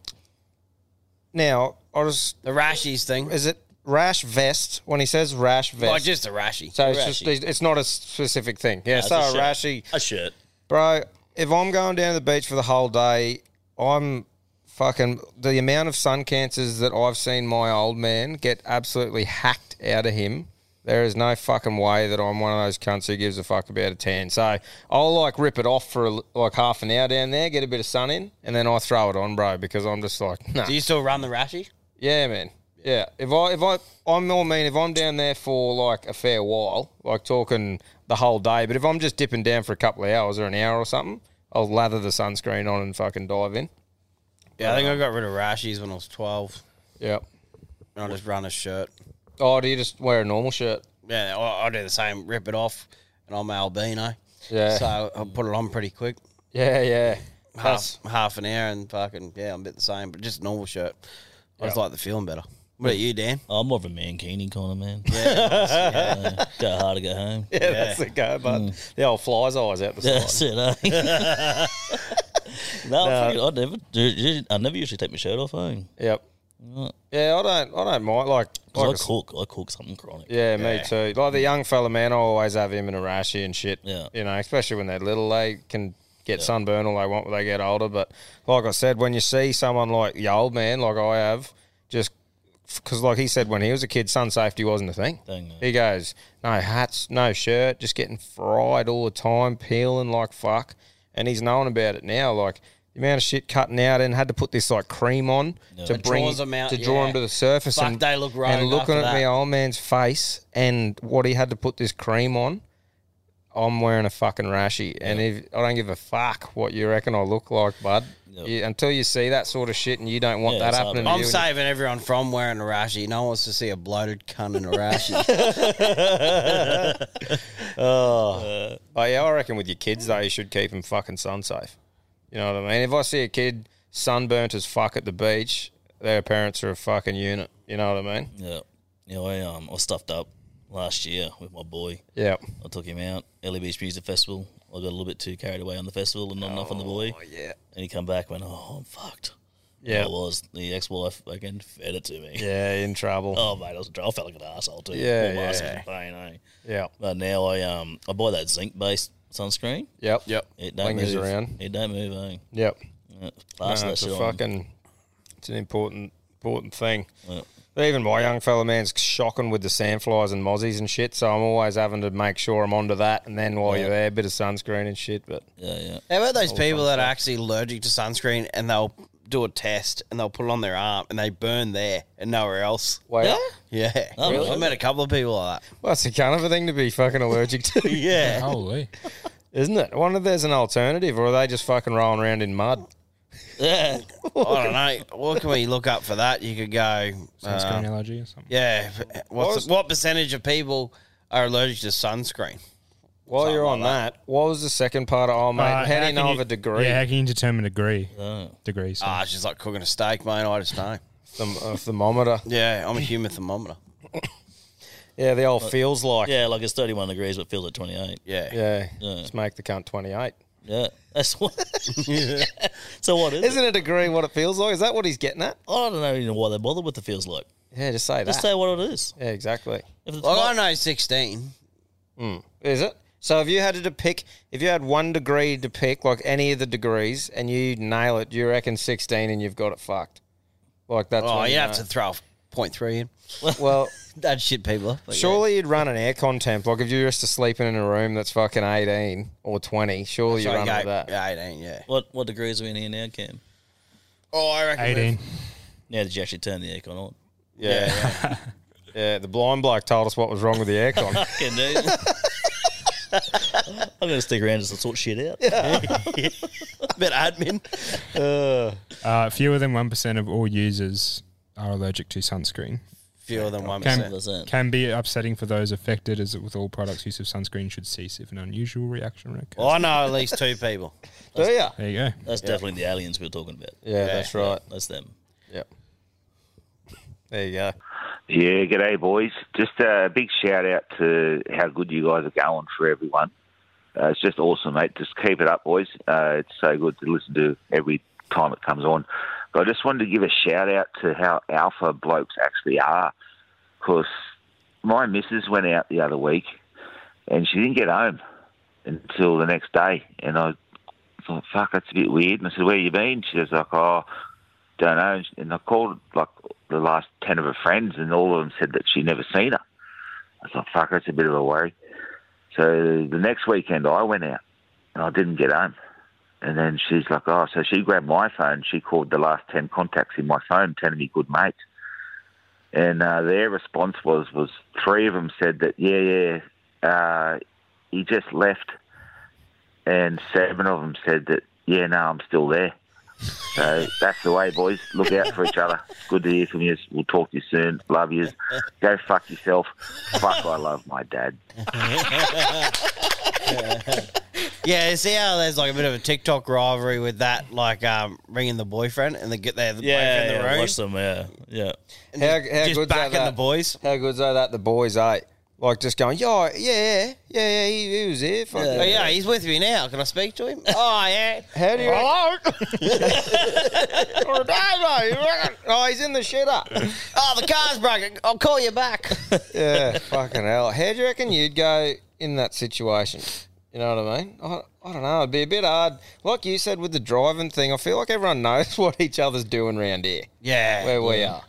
S1: Now, I was
S3: the rashies thing.
S1: Is it rash vest? When he says rash vest,
S3: Like, just a rashy.
S1: So
S3: A
S1: it's just
S3: rashy.
S1: it's not a specific thing. Yeah.
S4: No,
S1: so
S4: it's
S1: a
S4: a
S1: rashy,
S4: A shirt.
S1: bro. If I'm going down to the beach for the whole day, I'm fucking the amount of sun cancers that I've seen my old man get absolutely hacked out of him. There is no fucking way that I'm one of those cunts who gives a fuck about a tan. So I'll like rip it off for a, like half an hour down there, get a bit of sun in, and then I throw it on, bro, because I'm just like, nah.
S3: Do you still run the rashy?
S1: Yeah, man. Yeah. If I if I I'm I mean if I'm down there for like a fair while, like talking the whole day, but if I'm just dipping down for a couple of hours or an hour or something, I'll lather the sunscreen on and fucking dive in.
S3: Yeah, I think I got rid of rashies when I was 12.
S1: Yep.
S3: And I just run a shirt.
S1: Oh, do you just wear a normal shirt?
S3: Yeah, I, I do the same. Rip it off, and I'm albino.
S1: Yeah.
S3: So I put it on pretty quick.
S1: Yeah, yeah.
S3: Half, half an hour and fucking, yeah, I'm a bit the same, but just normal shirt. I just
S4: Yeah.
S3: like the feeling better. What about you, Dan?
S4: I'm more of a mankini kind of man.
S3: Yeah.
S4: go hard to go home. Hmm.
S1: Yeah, that's the go, but the old fly's eyes out the side.
S4: That's it, eh? no,
S1: No.
S4: fucking- I never, dude, dude, I never usually take my shirt off eh? home.
S1: Yep. Yeah, I don't I don't mind like,
S4: 'Cause
S1: like
S4: I cook, I cook something chronic.
S1: Yeah, me too. Like the young fella, man, I always have him in a rashy and shit.
S4: Yeah.
S1: You know, especially when they're little, they can get sunburn all they want when they get older. But like I said, when you see someone like your old man, like I have, just because, like he said, when he was a kid, sun safety wasn't a thing.
S4: Thing, no.
S1: He goes, no hats, no shirt, just getting fried all the time, peeling like fuck. And he's known about it now. Like the amount of shit cutting out and had to put this like cream on
S3: Yeah.
S1: to
S3: It
S1: bring
S3: draws 'em out,
S1: to draw
S3: yeah.
S1: him to the surface.
S3: Fuck,
S1: and
S3: they look rogue
S1: And looking
S3: after
S1: at
S3: that.
S1: me old man's face and what he had to put this cream on, I'm wearing a fucking rashy. And if I don't give a fuck what you reckon I look like, bud. You- until you see that sort of shit and you don't want that happening to
S3: I'm
S1: you.
S3: saving everyone from wearing a rashy. No one wants to see a bloated cunt in a rashy.
S1: oh. oh, yeah, I reckon with your kids, though, you should keep them fucking sun safe. You know what I mean? If I see a kid sunburnt as fuck at the beach, their parents are a fucking unit. You know what I mean?
S4: Yeah. Yeah, I um I was stuffed up last year with my boy.
S1: Yep.
S4: I took him out, Early Beach Music Festival. I got a little bit too carried away on the festival and not enough on the boy. Oh
S1: yeah.
S4: And he come back and went, Oh, I'm fucked.
S1: Yeah.
S4: I was. The ex wife again fed it to me.
S1: Yeah, in trouble.
S4: Oh mate, I was in trouble. I felt like an asshole too.
S1: Yeah,
S4: All my
S1: yeah.
S4: ass was in pain, eh?
S1: Yeah.
S4: But now I um I buy that zinc based sunscreen.
S1: Yep. Yep.
S4: It don't
S1: Lingers
S4: move
S1: around.
S4: It don't move, eh?
S1: Yep.
S4: Yeah, plaster
S1: No,
S4: that
S1: it's
S4: shit
S1: a
S4: on.
S1: fucking, it's an important, important thing.
S4: Yeah.
S1: Even my young fella man's shocking with the sandflies and mozzies and shit, so I'm always having to make sure I'm onto that. And then while you're there, a bit of sunscreen and shit. But
S4: yeah, yeah.
S3: How about those
S1: All
S3: people
S1: fun
S3: that are
S1: stuff.
S3: actually allergic to sunscreen and they'll do a test and they'll put it on their arm and they burn there and nowhere else.
S1: Wow.
S3: Yeah.
S1: Oh, really?
S3: I met a couple of people like that.
S1: Well, it's a kind of a thing to be fucking allergic to.
S3: Yeah.
S1: Holy. Isn't it? I wonder if there's an alternative, or are they just fucking rolling around in mud?
S3: Yeah. I don't know. What can we look up for that? You could go
S9: Sunscreen
S3: uh,
S9: allergy or something.
S3: Yeah. What's
S9: Was-
S3: what percentage of people are allergic to sunscreen?
S1: While you're on that, what was the second part of, oh, mate,
S9: Uh,
S1: how do you
S9: can
S1: know of a degree? Oh.
S9: Yeah, how can you determine a degree? Degrees.
S3: Ah, it's just like cooking a steak, mate. I just know.
S1: a uh, thermometer.
S3: Yeah, I'm a human thermometer.
S1: Yeah, the old
S4: Like-
S1: feels like.
S4: Yeah, like it's 31 degrees, but feels at 28.
S3: Yeah.
S1: Yeah. Just make the cunt 28.
S4: Yeah. That's what. So what is
S1: Isn't it a degree what it feels like? Is that what he's getting at?
S4: I don't know even why they bother with the feels like.
S1: Yeah, just say
S4: Just
S1: that.
S4: say what it is.
S1: Yeah, exactly.
S4: If it's
S3: Well,
S4: not-
S3: I know 16.
S1: Is it? So if you had to pick, if you had one degree to pick, like any of the degrees, and you nail it, you reckon 16 and you've got it fucked. Like that's
S3: oh,
S1: when
S3: you'd
S1: you
S3: have
S1: know.
S3: to throw point three in.
S1: Well,
S3: that shit people up. But
S1: Surely you'd run an aircon temp. Like if you were just sleeping in a room that's fucking 18 or 20, surely you
S4: That's
S1: run
S4: okay.
S1: with that.
S3: Yeah, 18, yeah.
S4: What what degrees are we in here now, Cam?
S3: Oh, I reckon.
S4: Now that you actually turn the aircon on.
S1: Yeah. Yeah, the blind bloke told us what was wrong with the aircon.
S4: Fucking dude. I'm going to stick around just to sort shit out.
S3: Bit admin.
S1: Uh,
S9: fewer than 1% of all users are allergic to sunscreen.
S3: Fewer than
S9: Can,
S3: 1%.
S9: can be upsetting for those affected, as with all products, use of sunscreen should cease if an unusual reaction occurs.
S3: Well, I know at least two people.
S1: Do ya?
S9: There you go.
S4: That's
S9: Yeah.
S4: definitely the aliens we were talking about.
S1: Yeah, that's right.
S4: That's them.
S1: Yep. There you go.
S14: Yeah, g'day, boys. Just a big shout out to how good you guys are going for everyone. Uh, it's just awesome, mate. Just keep it up, boys. Uh, it's so good to listen to every time it comes on. But I just wanted to give a shout out to how alpha blokes actually are. Because my missus went out the other week and she didn't get home until the next day. And I thought, fuck, that's a bit weird. And I said, where you been? She was like, oh, don't know. And I called like the last 10 of her friends, and all of them said that she'd never seen her. I thought, fuck, that's a bit of a worry. So the next weekend, I went out and I didn't get home. And then she's like, oh, so she grabbed my phone. She called the last 10 contacts in my phone, 10 of me good mates. And uh, their response was, was three of them said that, yeah, yeah, uh, he just left. And seven of them said that, yeah, no, I'm still there. So that's the way, boys. Look out for each other. Good to hear from you. We'll talk to you soon. Love you. Go fuck yourself. Fuck, I love my dad.
S3: Yeah, see how there's like a bit of a TikTok rivalry with that, like um, ringing the boyfriend and they get their
S4: Yeah,
S3: boyfriend in the
S4: yeah,
S3: room.
S4: watch them, yeah. Yeah.
S1: How,
S3: just-
S1: how
S3: just
S1: good's
S3: backing
S1: that,
S3: the boys?
S1: How good's that, that the boys, eh? Like just going, yeah, yeah, yeah, yeah, he, he was here. Fuck
S3: Oh, yeah, he's with me now. Can I speak to him? Oh, yeah.
S1: How do you-
S3: Hello?
S1: oh, he's in the shitter.
S3: oh, the car's broken. I'll call you back.
S1: yeah, fucking hell. How do you reckon you'd go in that situation? You know what I mean? I, I don't know. It'd be a bit hard. Like you said with the driving thing, I feel like everyone knows what each other's doing round here.
S3: Yeah.
S1: Where we
S3: Yeah.
S1: are.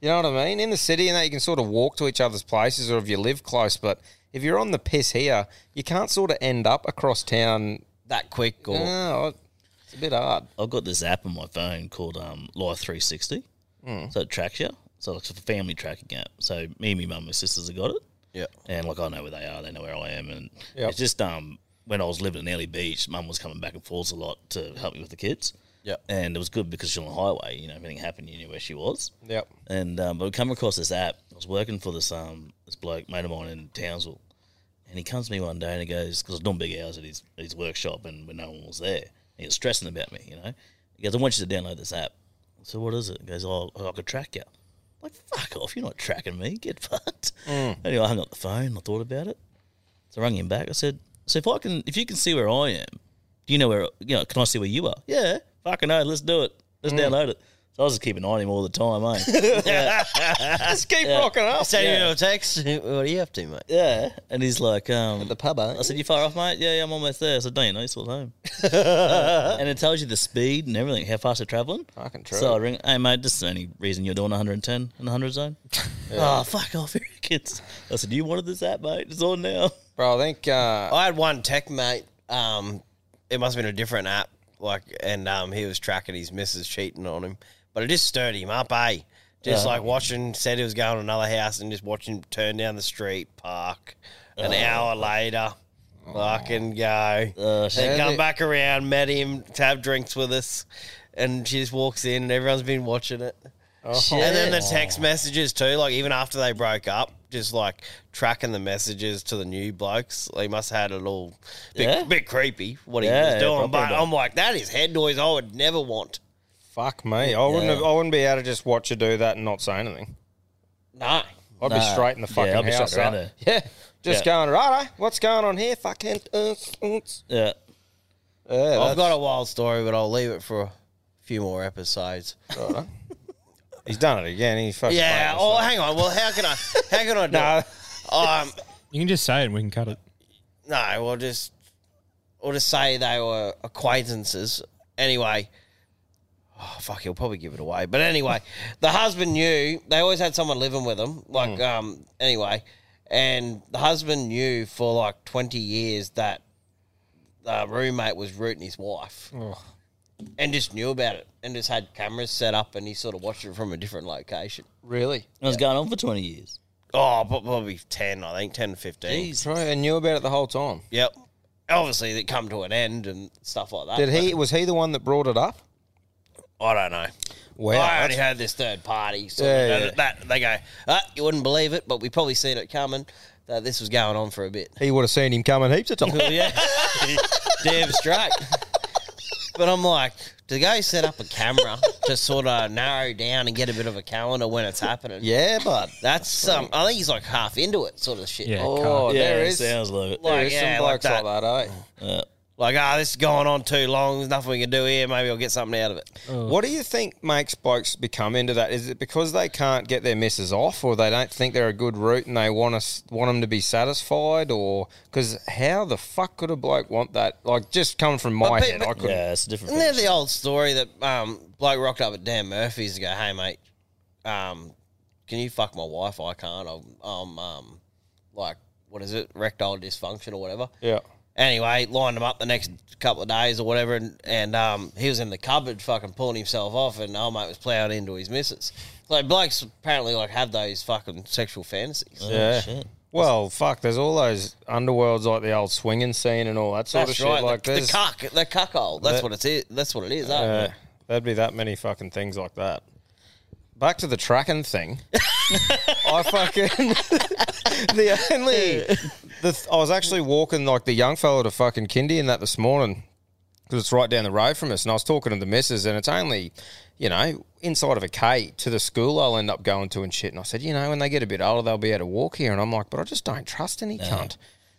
S1: You know what I mean? In the city and that, you can sort of walk to each other's places or if you live close. But if you're on the piss here, you can't sort of end up across town Ah,
S3: that quick
S4: or-
S1: No, it's a bit hard.
S4: I've got this app on my phone called um, Life 360.
S1: Mm.
S4: So it tracks you. So it's a family tracking app. So me, my mum, my sisters have got it.
S3: Yeah.
S4: And like I know where they are, they know where I am. And
S1: Yep.
S4: it's just um when I was living in Ellie Beach, mum was coming back and forth a lot to help me with the kids.
S3: Yeah.
S4: And it was good because she's on the highway, you know, if anything happened, you knew where she was.
S1: Yep.
S4: And um, but we come across this app. I was working for this um this bloke mate of mine in Townsville, and he comes to me one day and he goes because I was doing big hours at his at his workshop and when no one was there, he was stressing about me. You know, he goes, "I want you to download this app." So what is it? He goes, "Oh, I could track you." I'm like fuck off! You're not tracking me. Get fucked.
S1: Mm.
S4: Anyway, I hung up the phone. I thought about it. So I rang him back. I said, "So if I can, if you can see where I am, do you know where? You know, can I see where you are?" Yeah, fucking hell, let's do it. Let's
S3: Mm.
S4: download it. So I was just keeping an eye on him all the time, eh?
S3: Just
S1: keep rocking up.
S3: Send
S4: Yeah.
S3: you a text. What are you up to, mate?
S4: yeah, and he's like, um,
S1: the pub. eh? I
S4: said, "You far off, mate? Yeah, yeah, I'm almost there." I said, "Don't you know, you're still at home." Uh, and it tells you the speed and everything, how fast they're traveling.
S1: Fucking
S3: true.
S4: So I ring, "Hey, mate, this is the only reason you're doing 110 in the 100 zone."
S3: Ah,
S4: Oh, fuck off, your kids. I said, "You wanted this app, mate? It's on now."
S1: Bro, I think uh,
S3: I had one tech mate. Um, it must have been a different app. like, and um, he was tracking his missus cheating on him, but it just stirred him up, eh? Just
S15: Yeah.
S3: like watching, said he was going to another house and just watching him turn down the street, park, an
S1: Uh.
S15: Oh.
S3: hour later, fucking go.
S1: Uh,
S15: shit.
S3: then come back around, met him, to have drinks with us, and she just walks in and everyone's been watching it.
S1: Oh,
S3: And then the
S15: Shit.
S3: text messages too, like even after they broke up, just like tracking the messages to the new blokes. He must have had it all bit,
S15: Yeah?
S3: bit creepy what
S15: Yeah,
S3: he was
S15: yeah,
S3: doing.
S15: probably,
S3: but
S15: but-
S3: I'm like, that is head noise I would never want.
S1: Fuck me. I wouldn't
S3: Yeah.
S1: have, I wouldn't be able to just watch her do that and not say anything.
S3: No.
S1: I'd be
S3: Nah.
S1: straight in the
S3: Yeah,
S1: fucking
S4: I'd be
S1: house.
S4: straight around
S1: right?
S4: there.
S1: Yeah. Just going, right, what's going on here? Fucking. Uh, uh,
S4: Yeah.
S3: I've got a wild story, but I'll leave it for a few more episodes.
S1: He's done it again. He fucking.
S3: yeah. Oh, hang on. Well, how can I? How can I do?
S9: No.
S3: it? Um.
S9: You can just say it and we can cut it.
S3: No. We'll just we'll just say they were acquaintances. Anyway. Oh fuck! He'll probably give it away. But anyway, the husband knew they always had someone living with them. Like
S4: Mm.
S3: um. Anyway, and the husband knew for like twenty years that the roommate was rooting his wife. and just knew about it and just had cameras set up and he sort of watched it from a different location.
S1: Really?
S4: It was going on for 20 years.
S3: Oh, prob- probably 10, I think, 10 to 15.
S1: Jeez, right. And knew about it the whole time.
S3: Yep. Obviously, they come to an end and stuff like that.
S1: Did he? Was he the one that brought it up?
S3: but I don't know.
S1: Wow.
S3: I only
S1: that's-
S3: heard this third party. So
S1: Yeah,
S3: that,
S1: yeah.
S3: that- they go, ah, you wouldn't believe it, but we probably seen it coming that this was going on for a bit.
S1: He would have seen him coming heaps of times.
S3: yeah. Damn straight. But I'm like, do they set up a camera to sort of narrow down and get a bit of a calendar when it's happening?
S1: Yeah, but
S3: that's um, I think he's like half into it, sort of shit.
S4: oh, there is. Sounds like it.
S3: Like, yeah, like that.
S1: that, eh?
S4: Yeah.
S3: Like, ah, this is going on too long. There's nothing we can do here. Maybe I'll get something out of it.
S1: What do you think makes blokes become into that? Is it because they can't get their misses off, or they don't think they're a good route and they want us want them to be satisfied, or because how the fuck could a bloke want that? Like just coming from my
S3: But
S1: head, I
S3: people-
S1: could.
S3: Yeah,
S4: it's
S3: Isn't there the old story that um, bloke rocked up at Dan Murphy's and go, hey mate, um, can you fuck my wife? I can't. I'm, I'm um, like, what is it, erectile dysfunction or whatever.
S1: Yeah.
S3: Anyway, lined him up the next couple of days or whatever, and, and um, he was in the cupboard fucking pulling himself off, and old mate was plowing into his missus. Like blokes apparently like have those fucking sexual fantasies.
S4: Oh,
S1: Yeah. Well, fuck. There's all those underworlds like the old swinging scene and all that sort
S3: That's
S1: of
S3: right.
S1: shit. Like
S3: the, the
S1: this.
S3: cuck, the cuckold. That's
S1: That-
S3: what it is. That's what it is.
S1: Uh,
S3: eh?
S1: there'd be that many fucking things like that. Back to the tracking thing. I fucking the only the th- I was actually walking like the young fella to fucking kindy and that this morning because it's right down the road from us, and I was talking to the missus, and it's only you know inside of a K to the school I'll end up going to and shit. And I said, you know, when they get a bit older, they'll be able to walk here, and I'm like, but I just don't trust any cunt.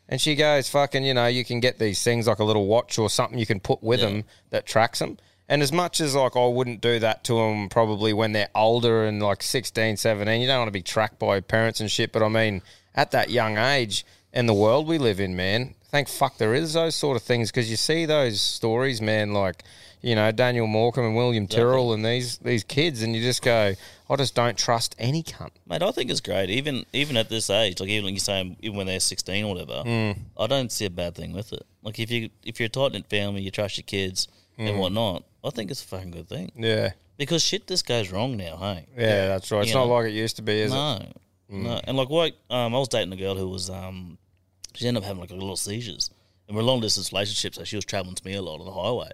S1: And she goes, fucking, you know, you can get these things like a little watch or something you can put with them that tracks them. And as much as like I wouldn't do that to them probably when they're older and like 16, 17, you don't want to be tracked by parents and shit. But I mean, at that young age and the world we live in, man, thank fuck there is those sort of things because you see those stories, man, like, you know, Daniel Morecambe and William Tyrrell and these, these kids, and you just go, I just don't trust any cunt.
S4: Mate, I think it's great. Even even at this age, like even like you're saying, even when they're 16 or whatever,
S1: Mm.
S4: I don't see a bad thing with it. Like if you if you're a tight knit family, you trust your kids
S1: Mm.
S4: and whatnot. I think it's a fucking good thing.
S1: Yeah.
S4: Because shit just goes wrong now, hey.
S1: Yeah, that's right. It's
S4: You
S1: not
S4: know?
S1: like it used to be, is
S4: no.
S1: it? Mm.
S4: No. And like what um, I was dating a girl who was um she ended up having like a little seizures. And we're a long distance relationship, so she was travelling to me a lot on the highway.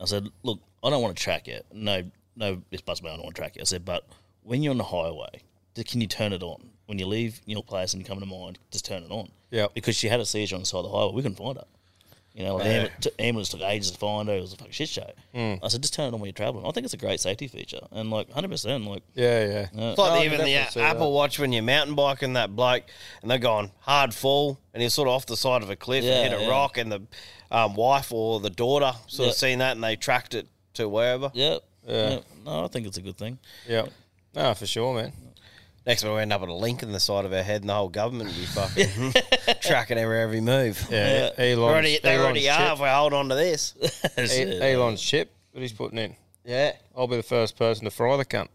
S4: I said, Look, I don't want to track you. No no this bus man, I don't want to track you. I said, but when you're on the highway, d- can you turn it on? When you leave your place and you come to mine, just turn it on.
S1: Yeah.
S4: Because she had a seizure on the side of the highway, we couldn't find her. You know, like
S1: Yeah.
S4: ambu- t- ambulance took ages to find her. It was a fucking shit show.
S1: Mm.
S4: I said, just turn it on when you're traveling. I think it's a great safety feature, and like 100, percent like uh,
S1: Yeah, yeah.
S3: It's like the- even the A- Apple Watch when you're mountain biking that bloke, and they're going hard fall, and you're sort of off the side of a cliff
S4: Yeah,
S3: and hit a
S4: yeah.
S3: rock, and the um, wife or the daughter sort
S4: Yeah.
S3: of seen that, and they tracked it to wherever.
S4: Yep. Yeah. Yeah. No, I think it's a good thing.
S1: Yeah. No, for sure, man.
S3: Next one, we end up with a link in the side of our head, and the whole government will be fucking tracking every every move.
S1: Yeah,
S3: they
S1: Elon's-
S3: already, they already
S1: Elon's
S3: are.
S1: chip.
S3: If we hold on to this,
S9: uh,
S1: E- Elon's chip that he's putting in.
S3: Yeah.
S1: I'll be the first person to fry the cunt.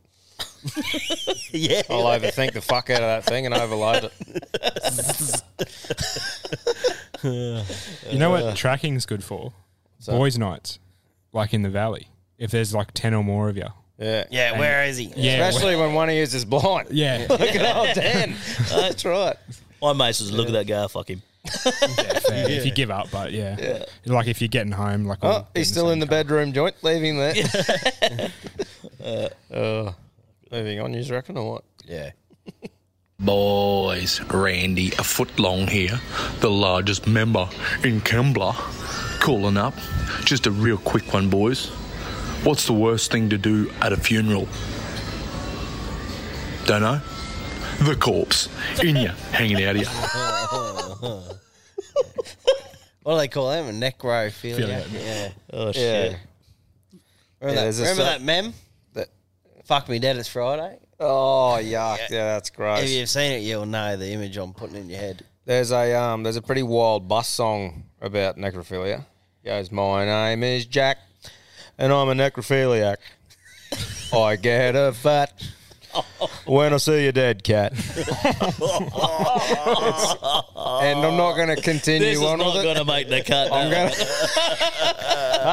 S3: yeah.
S1: I'll overthink the fuck out of that thing and overload it.
S9: You know what tracking's good for?
S1: So-
S9: Boys' nights. like in the valley. If there's like ten or more of you,
S1: Yeah.
S9: Yeah, where is he? Yeah.
S1: Especially when one of you is blind.
S9: Yeah.
S1: Look at old Dan. That's right.
S4: My mates just look at that guy, fuck him.
S9: fair, if you give up, but Uh, yeah. like if you're getting home, like
S1: Oh, he's still in the bedroom joint. Leave him there. uh, oh. moving on, you reckon or what?
S4: Yeah.
S16: Boys, Randy, a foot long here, the largest member in Kembla, calling up. Just a real quick one, boys. What's the worst thing to do at a funeral? Don't know. The corpse in you, hanging out of you.
S3: what do they call them? A necrophilia.
S16: Philia.
S3: Yeah.
S4: Oh
S3: Yeah.
S4: shit.
S3: Remember,
S4: Yeah,
S3: that,
S4: there's a
S3: remember
S4: cer-
S3: that mem? Fuck me dead. It's Friday.
S1: Oh yuck! Yeah, that's gross.
S3: If you've seen it, you'll know the image I'm putting in your head.
S1: There's a um, there's a pretty wild bus song about necrophilia. Goes, my name is Jack, and I'm a necrophiliac. I get a fat when I see your dead cat. and I'm not going to continue
S4: This is
S1: on
S4: not
S1: with
S4: gonna
S1: it.
S4: make the cut.
S1: I'm
S4: no.
S1: gonna.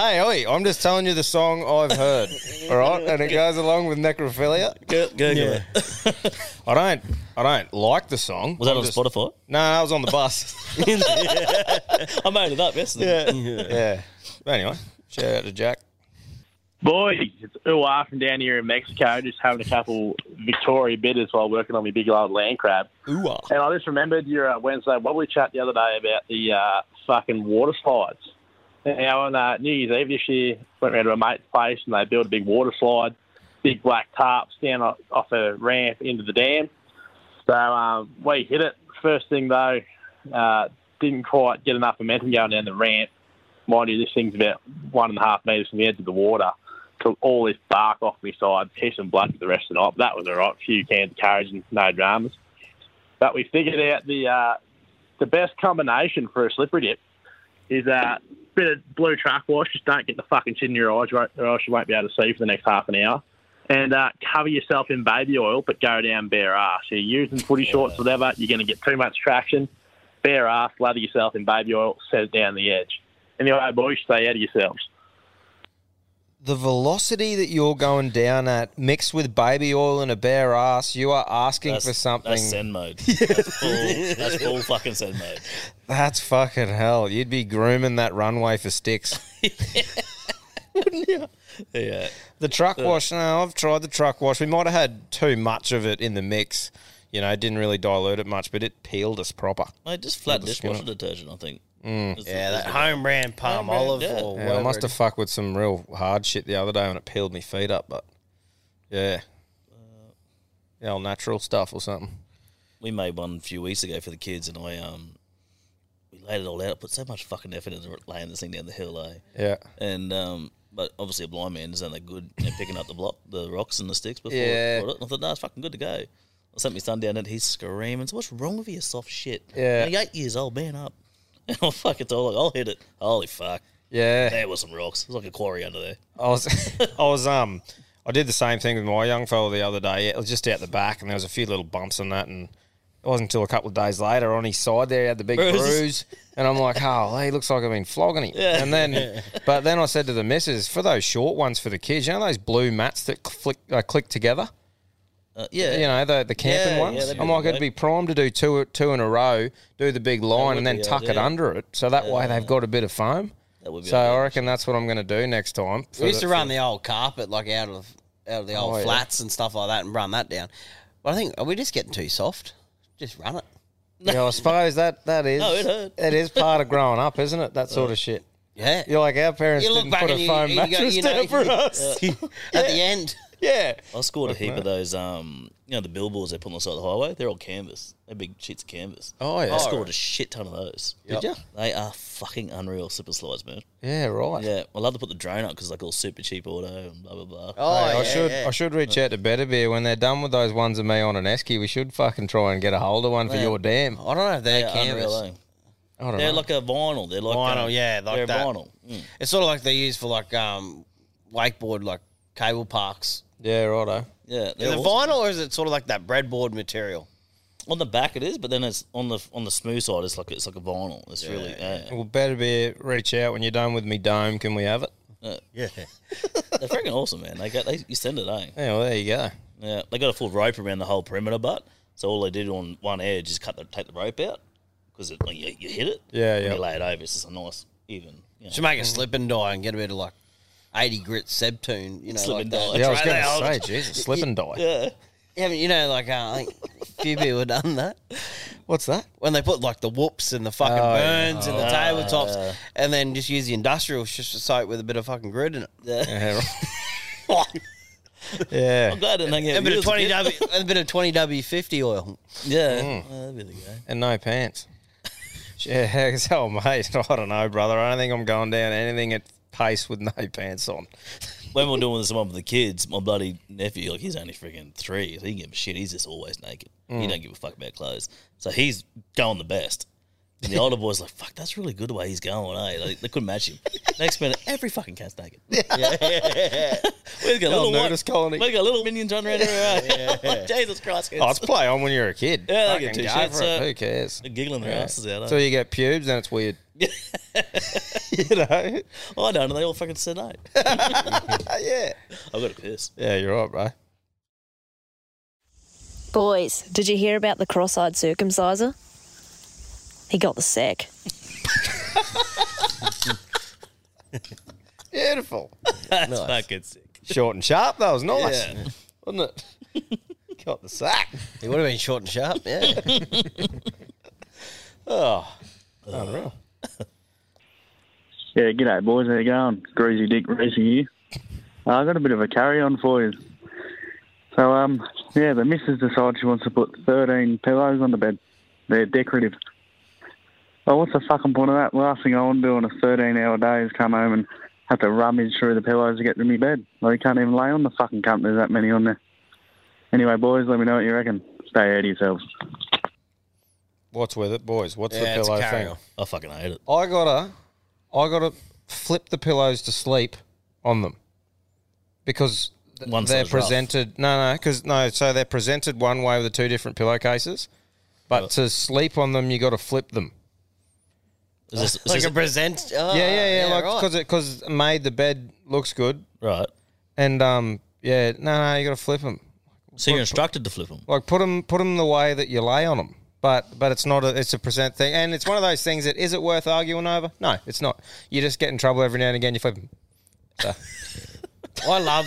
S1: hey, oi! I'm just telling you the song I've heard. All right, and it goes along with necrophilia.
S4: Google
S1: Yeah. I don't. I don't like the song.
S4: Was that
S1: I'm
S4: on
S1: just-
S4: Spotify?
S1: No, I was on the bus.
S4: I made it up yesterday.
S1: Yeah. yeah. But anyway, shout out to Jack.
S17: Boys, it's Uwa from down here in Mexico, just having a couple Victoria bitters while working on my big old land crab.
S1: Uwa.
S17: And I just remembered your uh, Wednesday wobbly chat the other day about the uh, fucking water slides. Now, on uh, New Year's Eve this year, went round to a mate's place and they built a big water slide, big black tarps down o- off a ramp into the dam. So um, we hit it. First thing though, uh, didn't quite get enough momentum going down the ramp. Mind you, this thing's about one and a half metres from the edge of the water. Took all this bark off my side, piss and blood for the rest of the night. But that was all right. Few cans of courage and no dramas. But we figured out the uh, the best combination for a slippery dip is a bit of blue truck wash. Just don't get the fucking shit in your eyes, right- or else you won't be able to see for the next half an hour. And uh, cover yourself in baby oil, but go down bare ass. You're using footy shorts, whatever. You're going to get too much traction. Bare ass, lather yourself in baby oil, set it down the edge. And the old boys stay out of yourselves.
S1: The velocity that you're going down at, mixed with baby oil and a bare ass, you are asking
S4: That's-
S1: for something.
S4: That's send mode. That's full, that's full fucking send mode.
S1: That's fucking hell. You'd be grooming that runway for sticks. Wouldn't you?
S4: Yeah.
S1: The truck
S4: Yeah.
S1: wash. No, I've tried the truck wash. We might have had too much of it in the mix. You know, it didn't really dilute it much, but it peeled us proper.
S4: Mate, just flat
S1: Peeled the skin
S4: dishwasher
S1: off.
S4: detergent, I think.
S1: Mm.
S4: Is the-
S3: Yeah,
S4: is
S3: that
S4: the-
S3: home brand palm
S4: brand,
S3: olive
S4: yeah.
S3: or
S1: Yeah, I
S3: whatever.
S1: must
S3: it
S1: have fucked with some real hard shit the other day when it peeled me feet up, but yeah. Yeah, all natural stuff or something.
S4: we made one a few weeks ago for the kids, and I um, we laid it all out. Put so much fucking effort into laying this thing down the hill, eh?
S1: Yeah.
S4: And um, but obviously a blind man isn't that good at picking up the block, the rocks and the sticks before
S1: Yeah.
S4: it brought it. And I thought, no, it's fucking good to go. I sent my son down and he's screaming. So what's wrong with you, soft shit?
S1: Yeah.
S4: You're eight years old, man up. And I'm fucking told, like, I'll hit it. Holy fuck.
S1: Yeah.
S4: There was some rocks. It was like a quarry under there.
S1: I was, I was, um, I did the same thing with my young fella the other day. It was just out the back, and there was a few little bumps on that, and it wasn't until a couple of days later on his side there he had the big
S4: Bruises.
S1: bruise, and I'm like, oh, he looks like I've been flogging him.
S4: Yeah.
S1: And then, but then I said to the missus, for those short ones for the kids, you know those blue mats that flick, uh, click together.
S4: Uh, yeah.
S1: You know, the, the
S4: Yeah,
S1: camping
S4: yeah,
S1: ones.
S4: that'd be
S1: I'm like,
S4: good,
S1: it'd be prime to do two two in a row, do the big line, and
S4: would
S1: then
S4: be
S1: tuck it
S4: ideal.
S1: under it. So that way they've got a bit of foam.
S4: That would be
S1: so I reckon that's what I'm going to do next time.
S3: We used to run the old carpet like out of out of the old
S1: Oh, yeah.
S3: flats and stuff like that, and run that down. But I think are we just getting too soft? Just run it.
S1: Yeah, I suppose that that is
S3: No, it hurt.
S1: it is part of growing up, isn't it? That sort of shit.
S3: Yeah,
S1: you're like our parents
S3: You look
S1: didn't
S3: back
S1: put
S3: and
S1: a
S3: you-
S1: foam
S3: you go,
S1: mattress
S3: you know,
S1: down for
S3: you-
S1: us
S3: Yeah. at the end.
S1: Yeah,
S4: I scored a
S1: Fuck,
S4: heap
S1: mate.
S4: of those. Um, you know the billboards they put on the side of the highway. They're all canvas. They're big sheets of canvas.
S1: Oh, yeah.
S4: I
S1: Oh,
S4: scored
S1: right.
S4: a shit ton of those.
S1: Did ya?
S4: They are fucking unreal slipper slides, man.
S1: Yeah, right.
S4: Yeah, I love to put the drone up because like all super cheap auto and blah blah blah.
S3: Oh,
S1: Hey, I should I should reach out to Better Beer when they're done with those ones of me on an esky. We should fucking try and get a hold of one for
S4: Yeah.
S1: your dam.
S3: I don't know if
S4: They are unreal, eh?
S1: I don't
S4: They're
S1: know.
S4: like a vinyl. They're like
S3: vinyl,
S4: um,
S3: yeah, like
S4: they're
S3: that.
S4: vinyl. Mm.
S3: It's sort of like they use for like um, wakeboard, like cable parks.
S1: Yeah, righto.
S4: Yeah,
S3: Is
S4: they're
S3: it
S4: awesome.
S3: vinyl or is it sort of like that breadboard material?
S4: On the back it is, but then it's on the on the smooth side. It's like it's like a vinyl. It's really uh, yeah.
S1: Well, Better Beer, reach out when you're done with me dome. Can we have it?
S4: yeah, they're freaking awesome, man. They got they you send it, eh?
S1: Yeah, well, there you go.
S4: Yeah, they got a full rope around the whole perimeter, but so all they did on one edge is cut the take the rope out because it like, you, you hit it.
S1: Yeah,
S4: and
S1: yeah.
S4: You lay it over. It's just a nice even. You
S3: Should make a slip and die and get a bit of like eighty grit Sebtune, you know,
S4: Slip
S3: like
S4: and
S3: that.
S4: die. Yeah, I was gonna say, Jesus, slip and die.
S3: Yeah, yeah, but you know, like uh, I think a few people have done that.
S1: What's that?
S3: When they put like the whoops and the fucking
S1: Oh, yeah.
S3: burns and the
S1: Oh,
S3: tabletops,
S1: yeah.
S3: and then just use the industrial sh- soap with a bit of fucking grit in it.
S1: Yeah,
S4: Yeah. I'm glad it didn't get
S3: a bit of
S4: used,
S3: twenty
S4: yeah.
S3: W, a bit of twenty W fifty oil.
S4: Yeah, Uh, there we go.
S1: Mm. And no pants. yeah, it's oh mate. I don't know, brother. I don't think I'm going down anything at pace with no pants on.
S4: when we we're doing this one with the kids, my bloody nephew, like he's only freaking three, so he can give a shit. He's just always naked. He
S1: Mm.
S4: don't give a fuck about clothes. So he's going the best. And the older boy's like, fuck, that's really good the way he's going, eh? Like, they couldn't match him. Next minute, every fucking cat's naked.
S3: Yeah.
S4: We've got a
S1: They'll
S4: little
S1: notice colony.
S4: We've got little minions running around everywhere.
S1: Yeah.
S4: Jesus Christ.
S1: Oh, it's play on when you're a kid.
S4: Yeah, they get
S1: Fucking
S4: two
S1: go
S4: shirts
S1: for it.
S4: up.
S1: Who cares?
S4: They're giggling their asses out, eh?
S1: So you get pubes and it's weird.
S4: you know? I don't, and they all fucking said no. yeah. I've got to piss.
S1: Yeah, you're right, bro.
S18: Boys, did you hear about the cross eyed circumciser? He got the sack.
S1: Beautiful.
S4: That's fucking sick.
S1: Short and sharp. That was nice,
S4: Yeah.
S1: wasn't it? Got the sack.
S3: It would have been short and sharp. Yeah.
S1: oh, unreal.
S19: Yeah, g'day boys, how you going? Greasy Dick Racing here. Uh, I got a bit of a carry on for you. So, um, yeah, the missus decides she wants to put 13 pillows on the bed. They're decorative. Well, what's the fucking point of that? Last thing I want to do on a 13 hour day is come home and have to rummage through the pillows to get to my bed. Well, you can't even lay on the fucking cunt, there's that many on there. Anyway, boys, let me know what you reckon. Stay out of yourselves.
S1: What's with it, boys? What's
S4: Yeah,
S1: the
S4: it's
S1: pillow
S4: carry
S1: thing?
S4: on. I fucking hate it.
S1: I gotta, I gotta flip the pillows to sleep on them because th-
S4: One
S1: they're
S4: side's rough.
S1: presented. No, no, because no. So they're presented one way with the two different pillowcases, but to sleep on them, you got to flip them.
S4: Is this- is
S3: like
S4: this-
S3: a present. Oh,
S1: yeah, yeah, yeah. like
S3: right.
S1: because it because it made the bed looks good,
S4: right?
S1: And um, yeah, no, no, you got to flip them.
S4: So you're instructed to flip them.
S1: Like put them put them the way that you lay on them. But but it's not a it's a present thing, and it's one of those things that is it worth arguing over? No, it's not. You just get in trouble every now and again. You flip them. So,
S3: I love.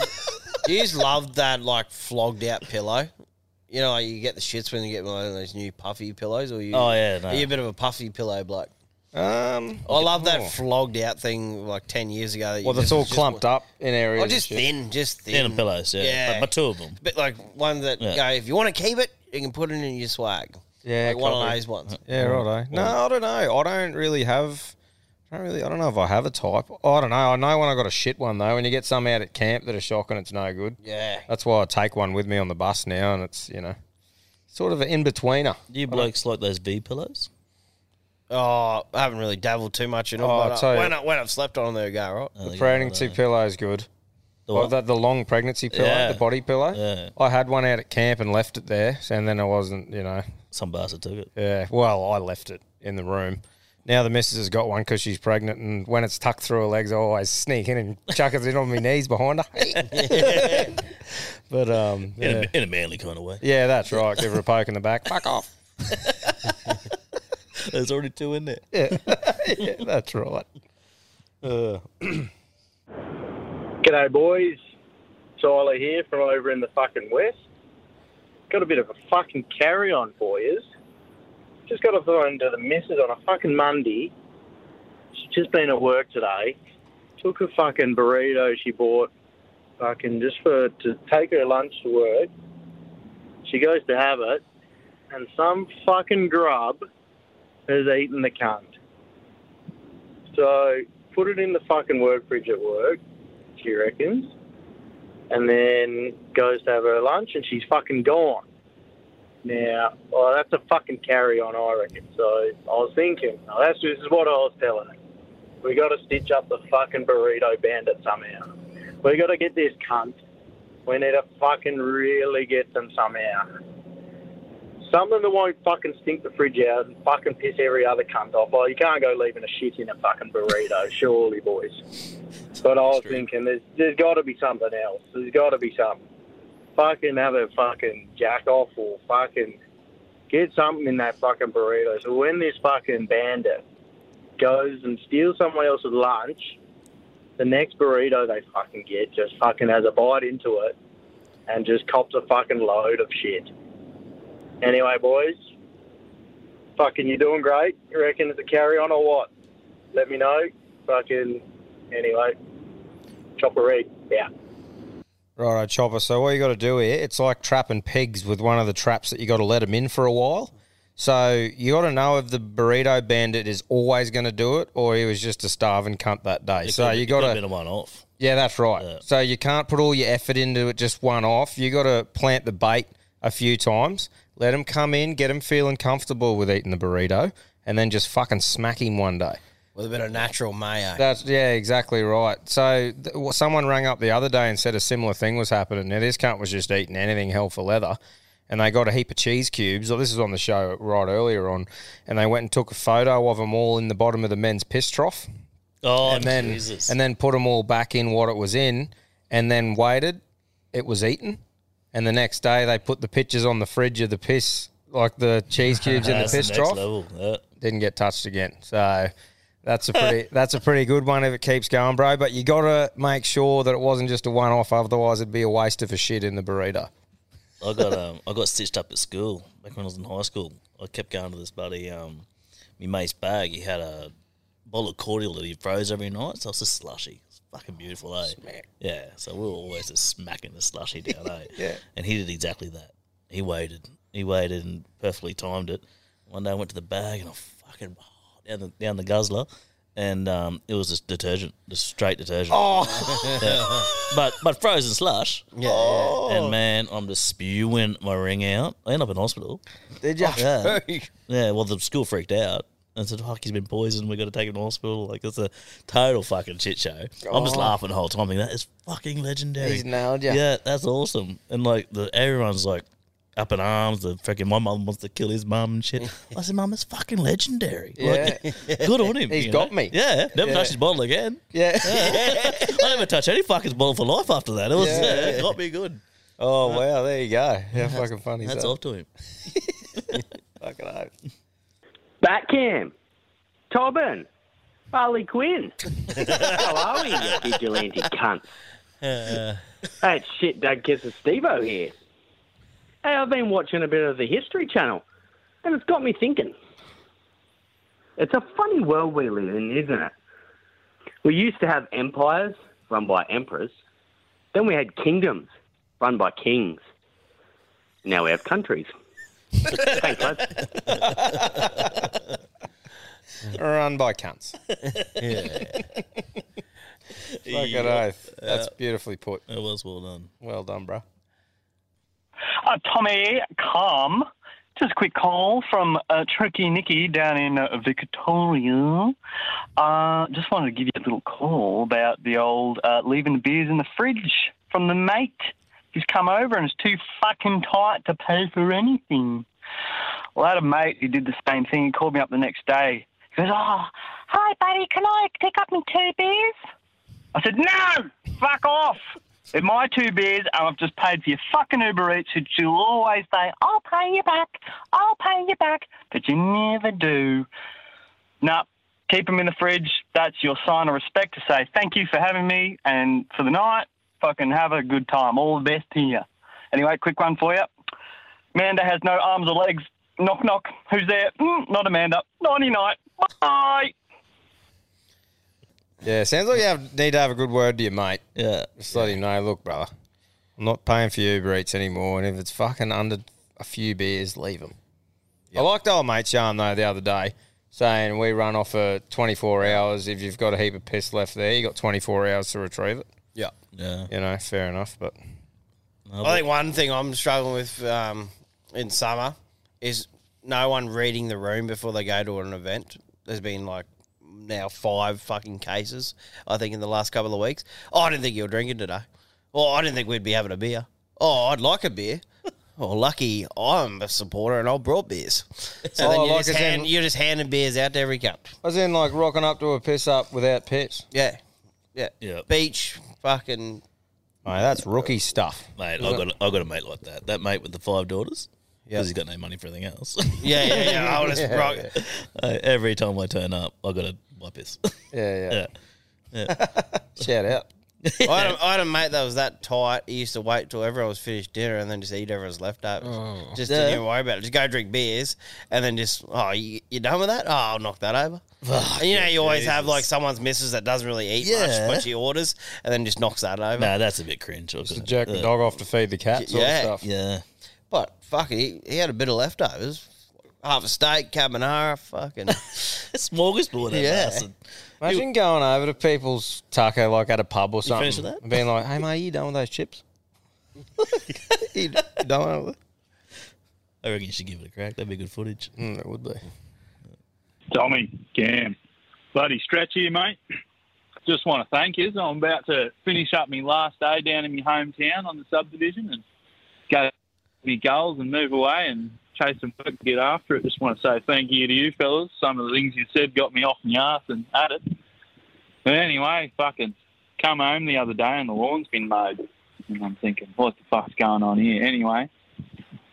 S3: You just love that like flogged out pillow. You know, like you get the shits when you get one of those new puffy pillows, or you.
S4: Oh, yeah, no.
S3: Are you a bit of a puffy pillow bloke?
S1: Um,
S3: I love that
S1: oh.
S3: flogged out thing like ten years ago. That you
S1: well, it's
S3: just-
S1: all
S3: just
S1: clumped
S3: wa-
S1: up in areas.
S3: Oh,
S1: and
S3: just
S1: shit.
S3: thin, just thin.
S4: Thin pillows, yeah. But- but two of them.
S3: But like one that
S4: Yeah.
S3: go, if you want to keep it, you can put it in your swag.
S1: Yeah,
S3: like one of
S1: copy.
S3: those ones.
S1: Yeah, right. No, I don't know. I don't really have. I don't really. I don't know if I have a type. I don't know. I know when I got a shit one though. When you get some out at camp that are shocking, it's no good.
S3: Yeah.
S1: That's why I take one with me on the bus now, and it's you know, sort of an in betweener.
S4: Do you blokes like those V pillows?
S3: Oh, I haven't really dabbled too much in them.
S1: Oh,
S3: but
S1: I'll
S3: I-
S1: tell you- Oh,
S3: when, I, when I've slept on them, they go right.
S1: The pregnancy pillow is good.
S4: Oh, The
S1: Like
S4: what?
S1: that- the, long pregnancy pillow,
S4: Yeah.
S1: the body pillow.
S4: Yeah.
S1: I had one out at camp and left it there, and then I wasn't, you know.
S4: Some bastard took it.
S1: Yeah. Well, I left it in the room. Now the missus has got one because she's pregnant, and when it's tucked through her legs, I always sneak in and chuck it in on my knees behind her. but um,
S4: In,
S1: yeah.
S4: a, in a manly kind of way.
S1: yeah, that's right. Give her a poke in the back. Fuck off.
S4: There's already two in there.
S1: Yeah, yeah that's right. Uh,
S20: G'day, boys. Tyler here from over in the fucking west. Got a bit of a fucking carry on for you. Just got off the phone to the missus on a fucking Monday. She's just been at work today. Took a fucking burrito she bought, fucking just for to take her lunch to work. She goes to have it, and some fucking grub has eaten the cunt. So put it in the fucking work fridge at work she reckons, and then goes to have her lunch, and she's fucking gone. Now, well, that's a fucking carry on, I reckon. So I was thinking, now that's this is what I was telling her. We got to stitch up the fucking burrito bandit somehow. We got to get this cunt. We need to fucking really get them somehow. Something that won't fucking stink the fridge out and fucking piss every other cunt off. Well, you can't go leaving a shit in a fucking burrito, surely, boys. But I was thinking, there's there's got to be something else. There's got to be something. Fucking have a fucking jack off or fucking get something in that fucking burrito. So when this fucking bandit goes and steals someone else's lunch, the next burrito they fucking get just fucking has a bite into it and just cops a fucking load of shit. Anyway, boys, fucking you're doing great. You reckon it's a carry on or what? Let me know. Fucking anyway, chopper rig. Yeah.
S1: Righto, Chopper. So what you got to do here, it's like trapping pigs with one of the traps that you got to let them in for a while. So you got to know if the burrito bandit is always going to do it, or he was just a starving cunt that day.
S4: It
S1: so
S4: could-
S1: you
S4: it
S1: got
S4: could
S1: to
S4: have been a one-off.
S1: Yeah, that's right. So you can't put all your effort into it just one off. You got to plant the bait a few times. Let him come in, get him feeling comfortable with eating the burrito, and then just fucking smack him one day.
S3: with a bit of natural mayo.
S1: That's yeah, exactly right. So th- w- someone rang up the other day and said a similar thing was happening. Now this cunt was just eating anything hell for leather, and they got a heap of cheese cubes. Or this is on the show right earlier on, and they went and took a photo of them all in the bottom of the men's piss trough.
S4: Oh,
S1: and then
S4: Jesus.
S1: and then put them all back in what it was in, and then waited. It was eaten, and the next day they put the pictures on the fridge of the piss, like the cheese cubes in the
S4: That's the
S1: piss
S4: next
S1: trough.
S4: level, yeah.
S1: Didn't get touched again. So that's a pretty that's a pretty good one if it keeps going, bro. But you gotta make sure that it wasn't just a one off, otherwise it'd be a waste of a shit in the burrito.
S4: I got um, I got stitched up at school back when I was in high school. I kept going to this buddy, um, my mate's bag. He had a bottle of cordial that he froze every night, so it was just slushy. It's fucking beautiful, eh? Yeah. So we were always just smacking the slushy down, eh?
S1: Yeah.
S4: And he did exactly that. He waited. He waited and perfectly timed it. One day I went to the bag and I fucking down the down the guzzler. And um, it was just detergent, just straight detergent.
S3: Oh.
S4: Yeah. but but frozen slush.
S3: Yeah.
S4: And man, I'm just spewing my ring out. I end up in hospital.
S1: Did ya?
S4: Yeah. yeah. Well, the school freaked out and said, "Fuck, he's been poisoned. We got to take him to hospital." Like it's a total fucking shit show. I'm just
S3: Oh.
S4: laughing the whole time. Thinking, that is fucking legendary.
S3: He's nailed ya.
S4: Yeah, that's awesome. And like the everyone's like up in arms. The freaking my mum wants to kill his mum and shit. I said, "Mum, it's fucking legendary." Like, good on him.
S1: He's
S4: He's
S1: got me.
S4: Yeah. Never
S1: Yeah.
S4: touched his bottle again.
S1: Yeah.
S4: I never touched any fucking bottle for life after that. It was
S1: Yeah.
S4: yeah, it got me good.
S1: Oh wow, there you go. How fucking funny. is
S4: That's
S1: that?
S4: off to him.
S1: Fucking hope.
S21: Batcam. Tobin. Harley Quinn. How are we, you vigilante cunt? Hey, it's shit, Doug Kiss and Stevo here. Hey, I've been watching a bit of the History Channel, and it's got me thinking. It's a funny world we live in, isn't it? We used to have empires run by emperors, then we had kingdoms run by kings. Now we have countries. Thanks, lads.
S1: Run by cunts. Fucking
S4: Yeah.
S1: oath. That's beautifully put.
S4: It was well done.
S1: Well done, bro.
S8: Uh, Tommy, calm. Just a quick call from uh, Turkey Nikki down in uh, Victoria. Uh, just wanted to give you a little call about the old uh, leaving the beers in the fridge from the mate. He's come over and it's too fucking tight to pay for anything. Well, I had a mate who did the same thing. He called me up the next day. He goes, Oh, hi, buddy, can I pick up me two beers? I said, no, fuck off. In my two beers, and I've just paid for your fucking Uber Eats, which you always say, I'll pay you back, I'll pay you back, but you never do. No, keep them in the fridge. That's your sign of respect to say thank you for having me and for the night. Fucking have a good time. All the best to you. Anyway, quick one for you. Amanda has no arms or legs. Knock, knock. Who's there? Mm, not Amanda. Nighty night. Bye.
S1: Yeah, sounds like you have, need to have a good word to your mate.
S4: Yeah.
S1: Just let him know, look, brother, I'm not paying for your Uber Eats anymore, and if it's fucking under a few beers, leave them. I liked old mate's yarn, though, the other day, saying we run off for 24 hours. If you've got a heap of piss left there, you got 24 hours to retrieve it.
S22: Yeah.
S4: Yeah.
S1: You know, fair enough, but...
S22: I think one thing I'm struggling with um, in summer is no one reading the room before they go to an event. There's been like now five fucking cases, I think, in the last couple of weeks. Oh, I didn't think you were drinking today. Oh, I didn't think we'd be having a beer. Oh, I'd like a beer. Well, lucky I'm a supporter and I brought beers. So then
S1: Oh,
S22: you
S1: like
S22: just
S1: as in-
S22: hand, you're just handing beers out to every cup.
S1: I was in, like, rocking up to a piss up without piss.
S22: Yeah.
S3: Yeah.
S4: Yeah.
S3: Beach, fucking.
S1: Mate, that's rookie stuff.
S4: Mate, I got I got a mate like that. That mate with the five daughters.
S1: Yeah.
S4: Because he's got no money for anything else.
S3: Yeah, yeah, yeah.
S1: Oh,
S3: I would've
S4: Yeah,
S3: rock-
S4: yeah. Uh, every time I turn up, I got to wipe this.
S1: Yeah,
S4: yeah.
S1: Shout out.
S3: I, had a, I had a mate that was that tight. He used to wait till everyone was finished dinner and then just eat everyone's leftovers.
S4: Oh.
S3: Just didn't
S23: Yeah.
S3: even worry about it. Just go drink beers and then just oh you, you done with that? Oh, I'll knock that over. And you know you always have like someone's missus that doesn't really eat
S4: Yeah.
S3: much, but she orders and then just knocks that over.
S4: No, that's a bit cringe. Just
S1: jerk the dog off to feed the cat sort of
S3: yeah,
S1: stuff.
S4: Yeah.
S3: But fuck, he, he had a bit of leftovers. Half a steak, carbonara, fucking
S4: smorgasbord.
S3: that Yeah. bastard.
S1: Imagine going over to people's taco like at a pub or something,
S3: finished with that?
S1: and being like, "Hey mate, you done with those chips? you done with
S4: I reckon you should give it a crack. That'd be good footage.
S1: Mm, that would be.
S24: Tommy, Cam, bloody stretch here, mate. Just want to thank you. I'm about to finish up my last day down in my hometown on the subdivision and go my goals and move away and chase some work to get after it. Just want to say thank you to you fellas. Some of the things you said got me off my arse and at it. But anyway, fucking come home the other day and the lawn's been mowed. And I'm thinking, what the fuck's going on here? Anyway,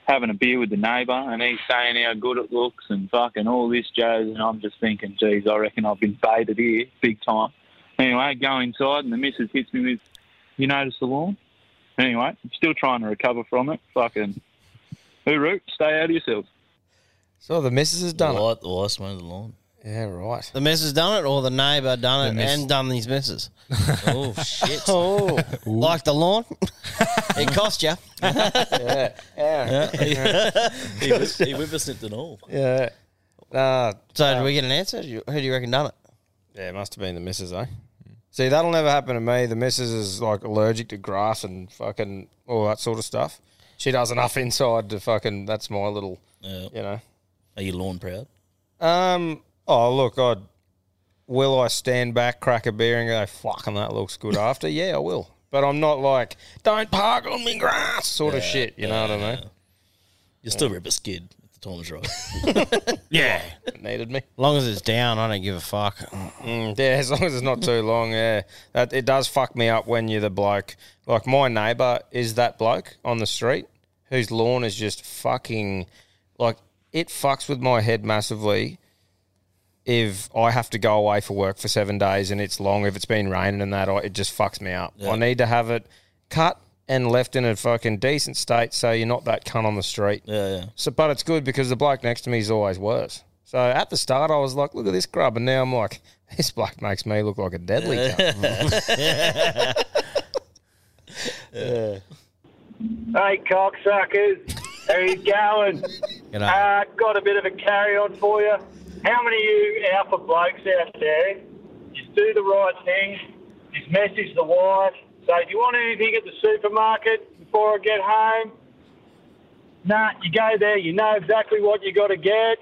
S24: having a beer with the neighbour and he's saying how good it looks and fucking all this jazz and I'm just thinking, geez, I reckon I've been baited here big time. Anyway, go inside and the missus hits me with, you notice the lawn? Anyway, I'm still trying to recover from it. Fucking, who root? Stay out of yourselves.
S1: So the missus has done
S4: it. The wife mowed the lawn.
S1: Yeah, right.
S3: The missus done it, or the neighbour done it
S1: The miss-
S3: and done these missus. oh shit! oh, like the lawn? it cost you.
S1: Yeah. Yeah.
S4: Yeah. he, whip, he whippersnipped it all.
S1: Yeah. Nah,
S3: so did we get an answer? You- Who do you reckon done it?
S1: Yeah, it must have been the missus, eh? See, that'll never happen to me. The missus is like allergic to grass and fucking all that sort of stuff. She does enough inside to fucking. That's my little, you know.
S4: Are you lawn proud?
S1: Um. Oh look, I will I stand back, crack a beer, and go, "Fucking that looks good." After, yeah, I will. But I'm not like don't park on me grass sort of
S4: Yeah,
S1: shit. You know what I mean?
S4: You still rip a skid if the time is right.
S3: Yeah,
S1: it needed me.
S3: As long as it's down, I don't give a fuck.
S1: Mm, yeah, as long as it's not too long. Yeah, that it does fuck me up when you're the bloke. Like my neighbour is that bloke on the street whose lawn is just fucking like it fucks with my head massively. If I have to go away for work for seven days and it's long, if it's been raining and that, I, it just fucks me up.
S4: Yeah.
S1: I need to have it cut and left in a fucking decent state so you're not that cunt on the street.
S4: Yeah, yeah.
S1: So, but it's good because the bloke next to me is always worse. So at the start, I was like, look at this grub. And now I'm like, this bloke makes me look like a deadly cunt. yeah.
S10: Hey, cocksuckers, how you going?
S3: G'day.
S10: Uh, got a bit of a carry on for you. How many of you alpha blokes out there just do the right thing, just message the wife, say, do you want anything at the supermarket before I get home? Nah, you go there, you know exactly what you got to get.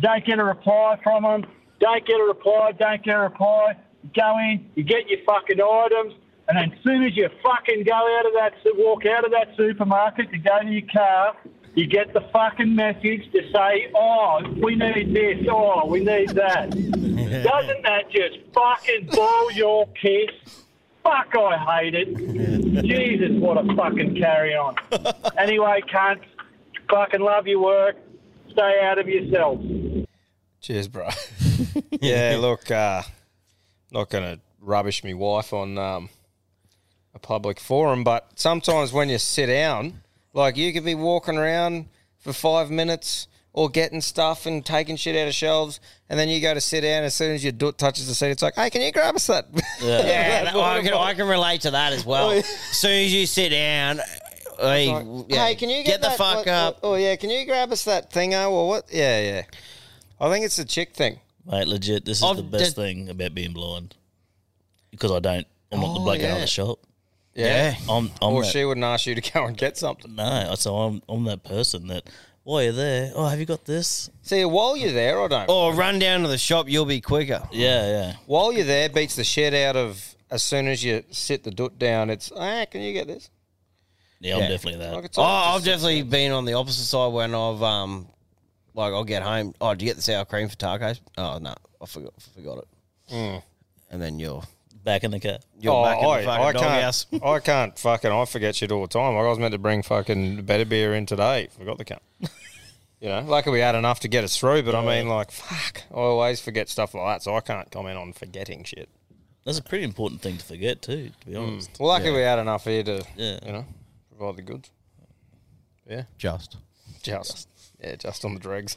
S10: Don't get a reply from them. Don't get a reply. Don't get a reply. You go in, you get your fucking items, and then as soon as you fucking go out of that, su- walk out of that supermarket, you go to your car, you get the fucking message to say, oh, we need this, oh, we need that. Doesn't that just fucking ball your piss? Fuck, I hate it. Jesus, what a fucking carry on. Anyway, cunts, fucking love your work. Stay out of yourself.
S1: Cheers, bro. yeah, look, uh, not going to rubbish me wife on um, a public forum, but sometimes when you sit down, like you could be walking around for five minutes or getting stuff and taking shit out of shelves, and then you go to sit down. As soon as your doot touches the seat, it's like, hey, can you grab us that?
S3: Yeah, that- I, can, I can relate to that as
S1: Oh,
S3: well. As soon as you sit down, hey, yeah,
S1: Hey, can you get,
S3: get, the
S1: that-
S3: fuck
S1: what-
S3: up?
S1: Oh yeah, can you grab us that thingo or what? Yeah, yeah. I think it's a chick thing.
S4: Mate, legit, this is
S1: I've
S4: the best
S1: just-
S4: thing about being blind because I don't. I'm not the
S1: Oh,
S4: bloke out
S1: yeah.
S4: of the shop.
S1: Yeah.
S4: I'm. I'm
S1: or
S4: that-
S1: she wouldn't ask you to go and get something.
S4: No, so I'm. I'm that person that. While you're there, oh, have you got this?
S1: See, while you're there, I don't.
S3: Or run down to the shop, you'll be quicker.
S4: Yeah, yeah.
S1: While you're there, beats the shit out of. As soon as you sit the doot down, it's ah, can you get this?
S4: Yeah, I'm definitely that.
S1: Like it's
S3: Oh,
S1: all
S3: I've definitely been on the opposite side when I've um, like I'll get home. Oh, do you get the sour cream for tacos? Oh no, I forgot, forgot it.
S1: Mm.
S3: And then you're
S4: Back in the car.
S3: Oh,
S1: can't, Oh, I can't fucking. I forget shit all the time. Like I was meant to bring fucking better beer in today. Forgot the cup. You know, luckily we had enough to get us through. But I mean, like, fuck, I always forget stuff like that, so I can't comment on forgetting shit.
S4: That's a pretty important thing to forget too, to be
S1: Mm.
S4: honest.
S1: Well, luckily we
S4: Yeah.
S1: had enough here to,
S4: Yeah.
S1: you know, provide the goods. Yeah,
S3: Just.
S1: just, yeah, just on the dregs.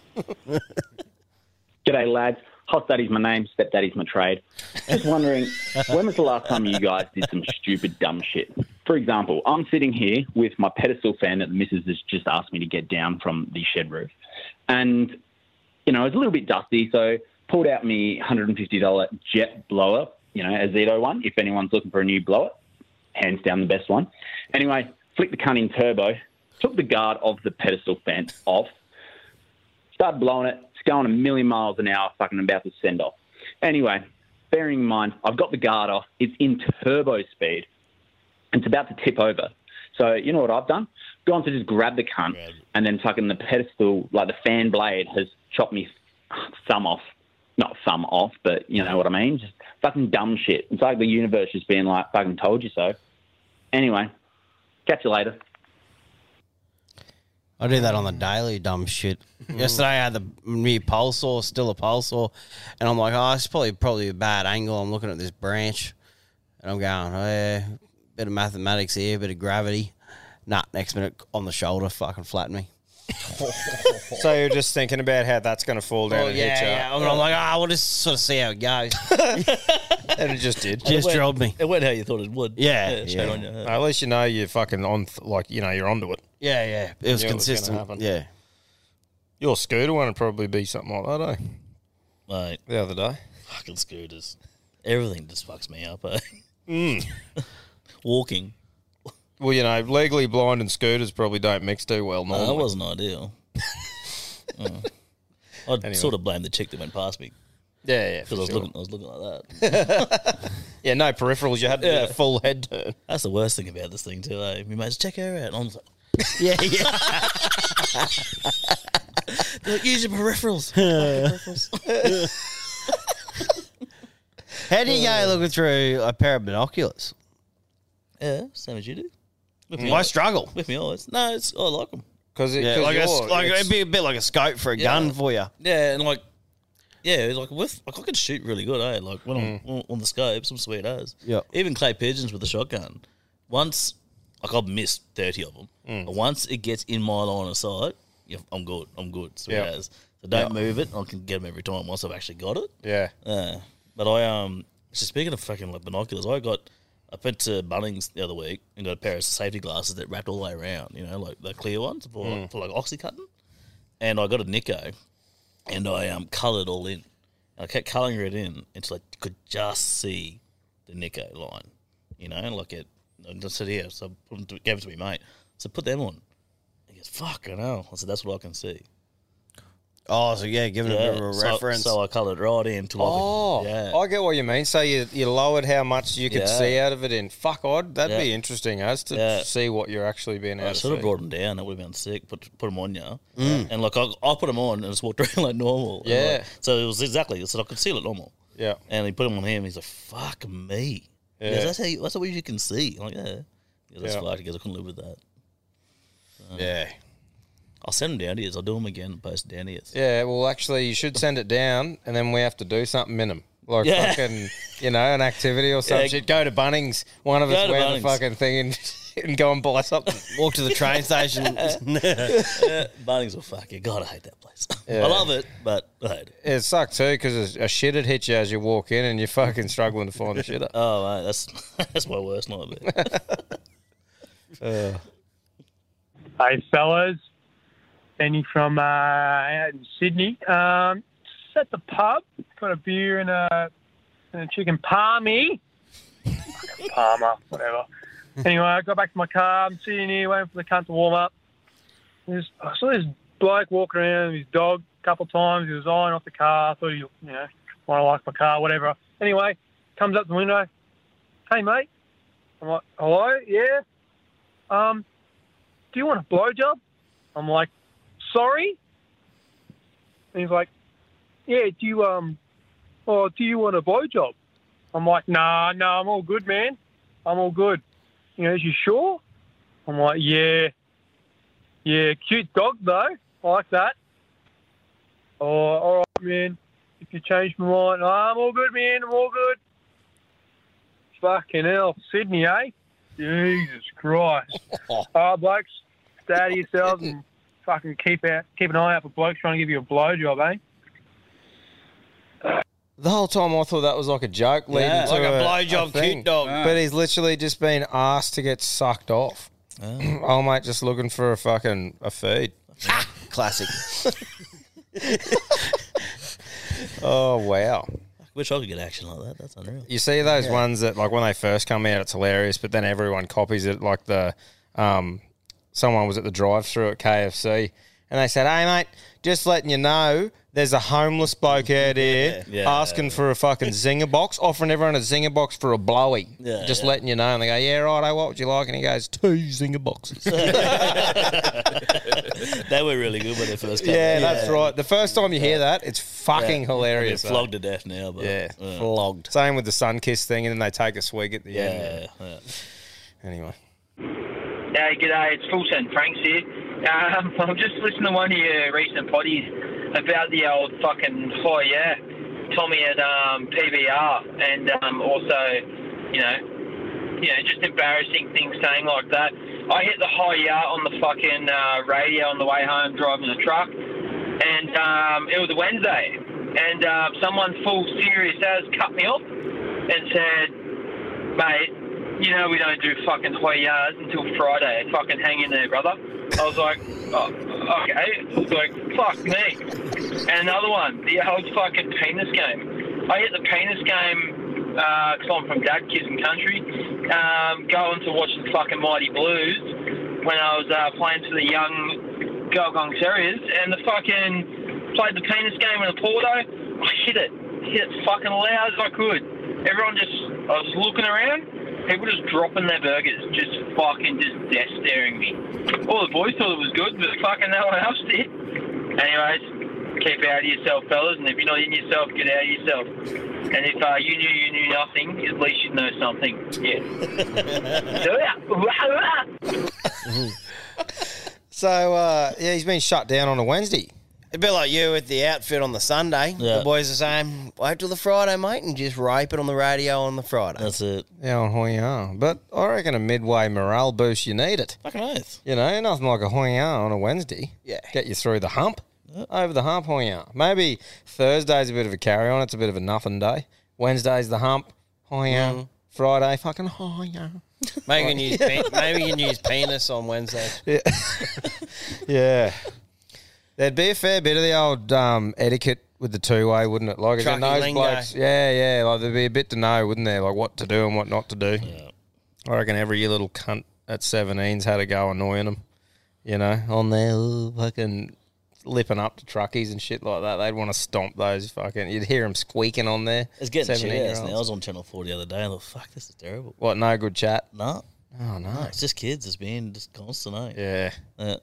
S25: G'day, lads. Hot Daddy's my name, Step Daddy's my trade. Just wondering, when was the last time you guys did some stupid, dumb shit? For example, I'm sitting here with my pedestal fan that the missus has just asked me to get down from the shed roof. And, you know, it's a little bit dusty, so pulled out my $150 jet blower, you know, a Zito one, if anyone's looking for a new blower hands down the best one. Anyway, flicked the cunning turbo, took the guard of the pedestal fan off, started blowing it. It's going a million miles an hour, fucking about to send off. Anyway, bearing in mind, I've got the guard off. It's in turbo speed. It's about to tip over. So you know what I've done? Gone to just grab the cunt, and then fucking the pedestal, like the fan blade, has chopped me thumb off. Not thumb off, but you know what I mean? Just fucking dumb shit. It's like the universe just being like, fucking told you so. Anyway, catch you later.
S3: I do that on the daily, dumb shit. Yesterday, I had the new pole saw, still a pole saw, and I'm like, oh, it's probably probably a bad angle. I'm looking at this branch, and I'm going, oh, yeah, bit of mathematics here, bit of gravity. Nah, next minute on the shoulder, fucking flatten me.
S1: so you're just thinking about how that's going to fall down.
S3: Oh
S1: and
S3: yeah,
S1: hit you.
S3: yeah. And I'm like, ah, we'll just sort of see how it goes.
S1: and it just did.
S3: Just drilled me.
S4: It went how you thought it would.
S3: Yeah, Yeah, straight yeah. on
S4: you.
S1: No, at least you know you're fucking on, th- like you know you're onto it.
S3: Yeah, yeah. It was
S1: You knew gonna
S3: consistent.
S1: happen.
S3: yeah.
S1: Your scooter one would probably be something like that, eh?
S4: Mate.
S1: The other day.
S4: Fucking scooters. Everything just fucks me up. Eh?
S1: Mm.
S4: Walking.
S1: Well, you know, legally blind and scooters probably don't mix too well.
S4: No,
S1: Normally.
S4: Uh, that wasn't ideal. Mm. I'd
S1: Anyway.
S4: sort of blame the chick that went past me.
S1: Yeah, yeah,
S4: Because I was
S1: for sure.
S4: looking, I was looking like that.
S1: yeah, no peripherals. You had to
S4: Yeah.
S1: do a full head turn.
S4: That's the worst thing about this thing too. Eh? My mates check her out. And I'm like,
S3: yeah, yeah.
S4: They're like, use your peripherals.
S3: How do you go looking through a pair of binoculars?
S4: yeah, same as you do. With
S3: Mm.
S4: my
S3: I
S4: eyes.
S3: struggle
S4: with me eyes. No, it's I like them
S1: because
S3: Yeah, like a, like it'd be a bit like a scope for a gun for you.
S4: Yeah, and like, yeah, like with like I can shoot really good, eh? Like when
S1: Mm.
S4: I'm on, on the scopes, I'm sweet as.
S3: Yeah.
S4: Even clay pigeons with a shotgun. Once, like I've missed thirty of them.
S1: Mm.
S4: But once it gets in my line of sight, yeah, I'm good. I'm good. Sweet
S1: Yeah.
S4: as. So don't
S1: Yeah.
S4: move it. I can get them every time once I've actually got it.
S1: Yeah.
S4: Yeah. But I um. So speaking of fucking like binoculars, I got. I went to Bunnings the other week and got a pair of safety glasses that wrapped all the way around. You know, like the clear ones for,
S1: Mm.
S4: for like oxycutting. And I got a Nico, and I um coloured all in. And I kept colouring it in until I could just see the Nico line. You know, like it. I just said here, so I put them to, gave it to me mate. So put them on. He goes, "Fuck, I know." I said, "That's what I can see."
S3: Oh, so yeah, giving it a bit of a
S4: so-
S3: reference.
S4: So I coloured right in till
S1: Oh,
S4: I could, yeah.
S1: I get what you mean. So you, you lowered how much you could
S4: Yeah.
S1: see out of it in. Fuck, I'd, that'd be
S4: Yeah.
S1: interesting as to
S4: Yeah.
S1: see what you're actually being
S4: I
S1: out
S4: should have
S1: of.
S4: brought them down. That would have been sick. Put put them on, yeah.
S1: Mm.
S4: And like I, I put them on and just walked around like normal. And,
S1: Yeah.
S4: like, so it was exactly. So I could see it normal.
S1: Yeah.
S4: And he put them on him. He's like, "Fuck me." He goes,
S1: Yeah.
S4: that's how you, that's what you can see. I'm like, yeah. He goes, that's
S1: Yeah.
S4: fucked. He goes, I couldn't live with that. So-
S3: yeah.
S4: I'll send them down to you. I'll do them again and post it down to you.
S1: Yeah, well, actually, you should send it down, and then we have to do something in 'em. Like
S4: Yeah.
S1: fucking, you know, an activity or some
S4: Yeah.
S1: shit. Go to Bunnings. One of
S4: Go
S1: us
S4: to
S1: wear
S4: Bunnings.
S1: the fucking thing and, and go and buy something.
S3: Walk to the train station.
S4: yeah, Bunnings will fuck you. God, I hate that place.
S1: Yeah.
S4: I love it, but I hate it.
S1: It sucked too because a shit had hit you as you walk in, and you're fucking struggling to find a shitter.
S4: Oh, mate, that's that's my worst nightmare.
S1: Uh.
S5: Hey, fellas. Benny from uh, out in Sydney. Um, just at the pub, got a beer and a, and a chicken palmy. Fucking Palmer, whatever. Anyway, I got back to my car. I'm sitting here waiting for the cunt to warm up. There's, I saw this bloke walking around with his dog a couple of times. He was eyeing off the car. I thought he, you know, might like my car, whatever. Anyway, comes up the window. Hey, mate. I'm like, hello? Yeah? Um, do you want a blowjob? I'm like, sorry? And he's like, yeah, do you, um, oh, do you want a blowjob?
S26: I'm like, nah, no, I'm all good, man. I'm all good. He goes, you sure? I'm like, yeah. Yeah, cute dog though. I like that. Oh, all right, man. If you change my mind, "Oh, I'm all good, man. I'm all good. Fucking hell, Sydney, eh? Jesus Christ. all right, blokes, stay out of yourselves and fucking keep out, keep an eye out for blokes trying to give you a blowjob, eh?
S1: The whole time I thought that was like a joke leading
S21: Yeah.
S1: to
S21: Like a
S1: a
S21: blowjob
S1: a thing.
S21: cute dog. Ah.
S1: But he's literally just been asked to get sucked off. Oh, mate, just looking for a fucking a feed.
S21: Classic.
S1: oh wow.
S4: Wish I could get action like that. That's unreal.
S1: You see those
S4: Yeah.
S1: ones that like when they first come out, it's hilarious, but then everyone copies it. Like the um, someone was at the drive-through at KFC, and they said, "Hey mate, just letting you know, there's a homeless bloke out here
S4: Yeah.
S1: asking for a fucking zinger box, offering everyone a zinger box for a blowy.
S4: Yeah,
S1: just
S4: yeah.
S1: letting you know." And they go, "Yeah, right. what would you like?" And he goes, two zinger boxes."
S4: they were really good when they first came.
S1: yeah,
S4: out.
S1: that's right. The first time you hear that, it's fucking
S4: Yeah.
S1: hilarious.
S4: I mean, flogged
S1: eh?
S4: to death now, but
S1: Yeah,
S4: uh,
S1: flogged. Same with the Sunkiss thing, and then they take a swig at the end. Anyway.
S6: Hey, g'day, it's Full Send Franks here. Um, I'm just listening to one of your recent potties about the old fucking, oh yeah, Tommy at um, PBR and um, also, you know, you know, just embarrassing things saying like that. I hit the high yard on the fucking uh, radio on the way home driving the truck, and um, it was a Wednesday, and uh, someone full serious as cut me off and said, mate, you know we don't do fucking high yards until Friday. Fucking hang in there, brother. I was like, oh, okay. I was like, fuck me. And another one, the old fucking penis game. I hit the penis game because I'm from Dad Kids and Country. Um, going to watch the fucking Mighty Blues when I was uh, playing for the young Gulgong Terriers, and the fucking played the penis game in the Porto. I hit it, hit it fucking loud as I could. Everyone just, I was looking around. People just dropping their burgers, just fucking just death staring me. All the boys thought it was good, but fucking no one else did. Anyways, keep out of yourself, fellas, and if you're not in yourself, get out of yourself. And if uh, you knew you knew nothing, at least you know something. Yeah.
S4: Mm-hmm.
S1: So uh, yeah, he's been shut down on a Wednesday.
S3: It'd be like you with the outfit on the Sunday.
S1: Yeah.
S3: The boys are saying, wait till the Friday, mate, and just rape it on the radio on the Friday.
S4: That's it.
S1: Yeah, on hoi ya. But I reckon a midway morale boost, you need it.
S4: Fucking oath.
S1: You know, nothing like a hoi ya on a Wednesday.
S3: Yeah.
S1: Get you through the hump. Over the hump hoi ya. Maybe Thursday's a bit of a carry on. It's a bit of a nothing day. Wednesday's the hump. Hoi ya.
S4: Mm-hmm.
S3: Mhm.
S1: Friday, fucking hoi ya.
S3: Maybe you can
S1: Yeah.
S3: use, pe- maybe you can use penis on Wednesday.
S1: Yeah. yeah. There'd be a fair bit of the old um, etiquette with the two way, wouldn't it? Like if you
S3: Trucking
S1: know
S3: lingo.
S1: blokes, yeah, yeah. Like there'd be a bit to know, wouldn't there? Like what to do and what not to do. I reckon every little cunt at 17's had a go annoying them, you know, on their little fucking lipping up to truckies and shit like that. They'd want to stomp those fucking. You'd hear them squeaking on there.
S4: It's getting serious now. I
S1: 17-year-olds.
S4: was on Channel 4 the other day and I thought, fuck, this is terrible.
S1: What? No good chat.
S4: No.
S1: Oh no.
S4: it's just kids. It's being just constant, eh?
S1: Yeah.
S4: Yeah.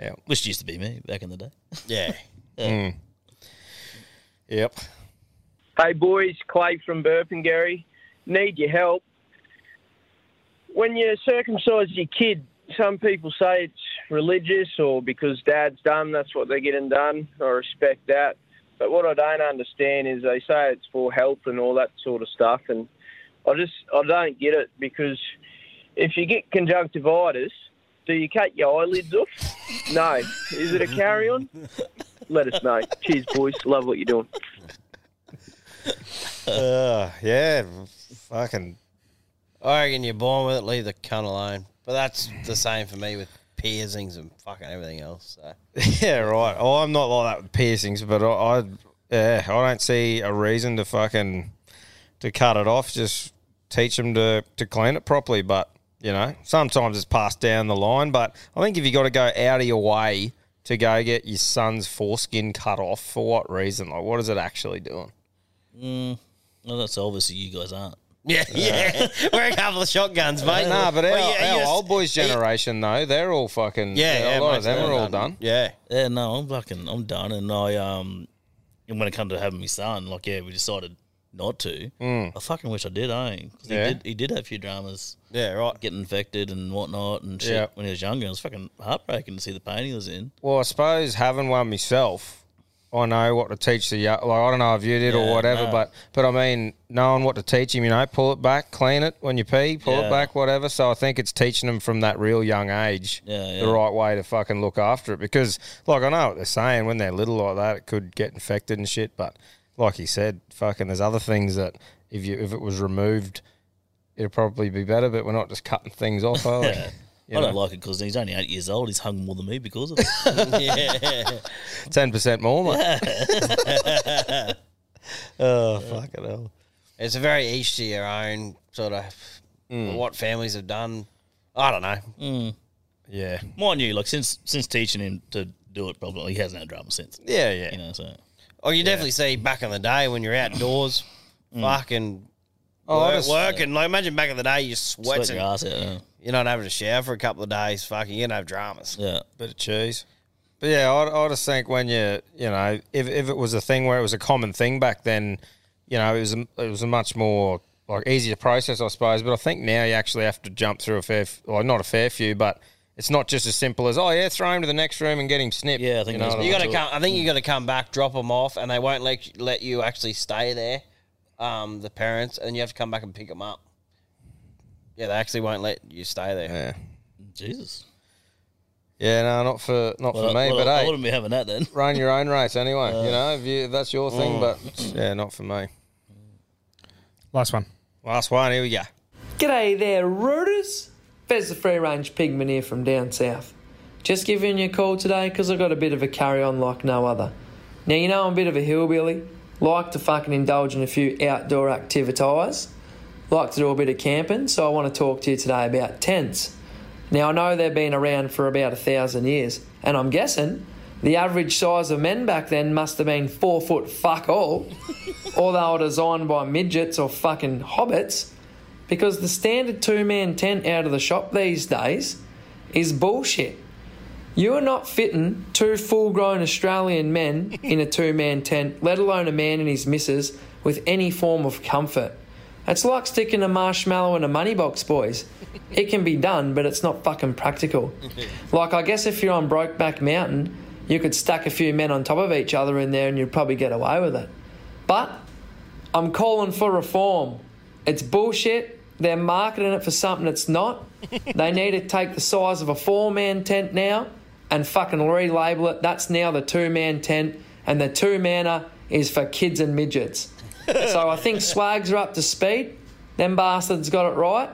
S1: yeah.
S4: Which used to be me back in the day.
S3: Yeah.
S4: yeah.
S1: Mm. Yep.
S27: Hey boys, Clay from Burpengary. Need your help. When you circumcise your kid, some people say it's religious or because dad's done, that's what they're getting done. I respect that. But what I don't understand is they say it's for help and all that sort of stuff and I just I don't get it because if you get conjunctivitis, do you cut your eyelids off? No. Is it a carry on? Let us know. Cheers boys. Love what you're doing.
S1: Uh, yeah, fucking.
S3: I reckon you're born with it. Leave the cunt alone. But that's the same for me with piercings and fucking everything else. So.
S1: Yeah, right. Oh, I'm not like that with piercings, but I, I, yeah, I don't see a reason to fucking to cut it off. Just teach them to to clean it properly. But you know, sometimes it's passed down the line. But I think if you got to go out of your way to go get your son's foreskin cut off, for what reason? Like, what is it actually doing?
S4: Mm. Well, that's obviously you guys aren't. Uh,
S3: Yeah, yeah. We're a couple of shotguns, mate.
S1: Nah, but our,
S3: Well, yeah,
S1: our
S3: you're-
S1: old boys' generation though, they're all fucking
S4: Yeah, yeah,
S1: a lot of
S4: most
S1: them
S4: of
S1: are
S4: them
S1: all
S4: are
S1: done.
S4: done.
S3: Yeah.
S4: Yeah, no, I'm fucking, I'm done. And I, um, and when it come to having my son, like, yeah, we decided not to.
S1: Mm.
S4: I fucking wish I did, eh? 'Cause
S1: Yeah.
S4: he did. He did have a few dramas.
S3: Yeah, right.
S4: Getting infected and whatnot and shit
S1: Yeah.
S4: when he was younger. It was fucking heartbreaking to see the pain he was in.
S1: Well, I suppose having one myself, I know what to teach the young. Like I don't know if you did
S4: Yeah,
S1: or whatever,
S4: no.
S1: but but I mean knowing what to teach him. You know, pull it back, clean it when you pee, pull
S4: Yeah.
S1: it back, whatever. So I think it's teaching them from that real young age
S4: Yeah,
S1: the
S4: yeah.
S1: right way to fucking look after it. Because like I know what they're saying when they're little like that, it could get infected and shit. But like you said, fucking, there's other things that if you if it was removed, it'd probably be better. But we're not just cutting things off. Are we?
S4: Yeah.
S1: You
S4: I don't
S1: know?
S4: like it because he's only eight years old. He's hung more than me because of it.
S3: yeah.
S1: Ten percent more, mate. oh fuck it hell.
S3: It's a very each to your own sort of
S4: Mm.
S3: what families have done. I don't know.
S1: Yeah.
S4: Mind you, like since since teaching him to do it properly, he hasn't had drama since.
S3: Yeah, yeah.
S4: You know, so
S3: Oh, you definitely see back in the day when you're outdoors, fucking
S4: Mm. Oh, I
S3: work,
S4: just-
S3: working. Like imagine back in the day, you're sweating,
S4: Sweat your ass out, yeah.
S3: you're not having a shower for a couple of days. Fucking, you don't have dramas.
S4: Yeah,
S1: bit of cheese. But yeah, I, I just think when you you know if if it was a thing where it was a common thing back then, you know it was a, it was a much more like easier process, I suppose. But I think now you actually have to jump through a fair, f- well, not a fair few, but it's not just as simple as oh yeah, throw him to the next room and get him snipped. Yeah, I
S3: You, got to come. I think you got to come back, drop them off, and they won't let you, let you actually stay there. Um, the parents, and you have to come back and pick them up. Yeah, they actually won't let you stay there.
S4: Jesus.
S1: Yeah, no, not for not
S4: Well,
S1: for me.
S4: well,
S1: but
S4: I
S1: hey,
S4: wouldn't be having that then.
S1: Run your own race anyway.
S4: Uh,
S1: you know, if you, if that's your
S4: mm.
S1: thing, but yeah, not for me.
S9: Last one.
S1: Last one. Here we go.
S11: G'day there, rooters. Fez the free range pigman here from down south. Just giving you a call today because I've got a bit of a carry on like no other. Now, you know, I'm a bit of a hillbilly, like to fucking indulge in a few outdoor activities, like to do a bit of camping, so I want to talk to you today about tents. Now, I know they've been around for about a thousand years, and I'm guessing the average size of men back then must have been four foot fuck all, or they were designed by midgets or fucking hobbits because the standard two man tent out of the shop these days is bullshit. You are not fitting two full grown Australian men in a two man tent, let alone a man and his missus, with any form of comfort. It's like sticking a marshmallow in a money box, boys. It can be done, but it's not fucking practical. Like, I guess if you're on Brokeback Mountain, you could stack a few men on top of each other in there and you'd probably get away with it. But I'm calling for reform. It's bullshit. They're marketing it for something it's not. they need to take the size of a four man tent now and fucking relabel it. That's now the two man tent, and the two manner is for kids and midgets. so I think swags are up to speed. Them bastards got it right.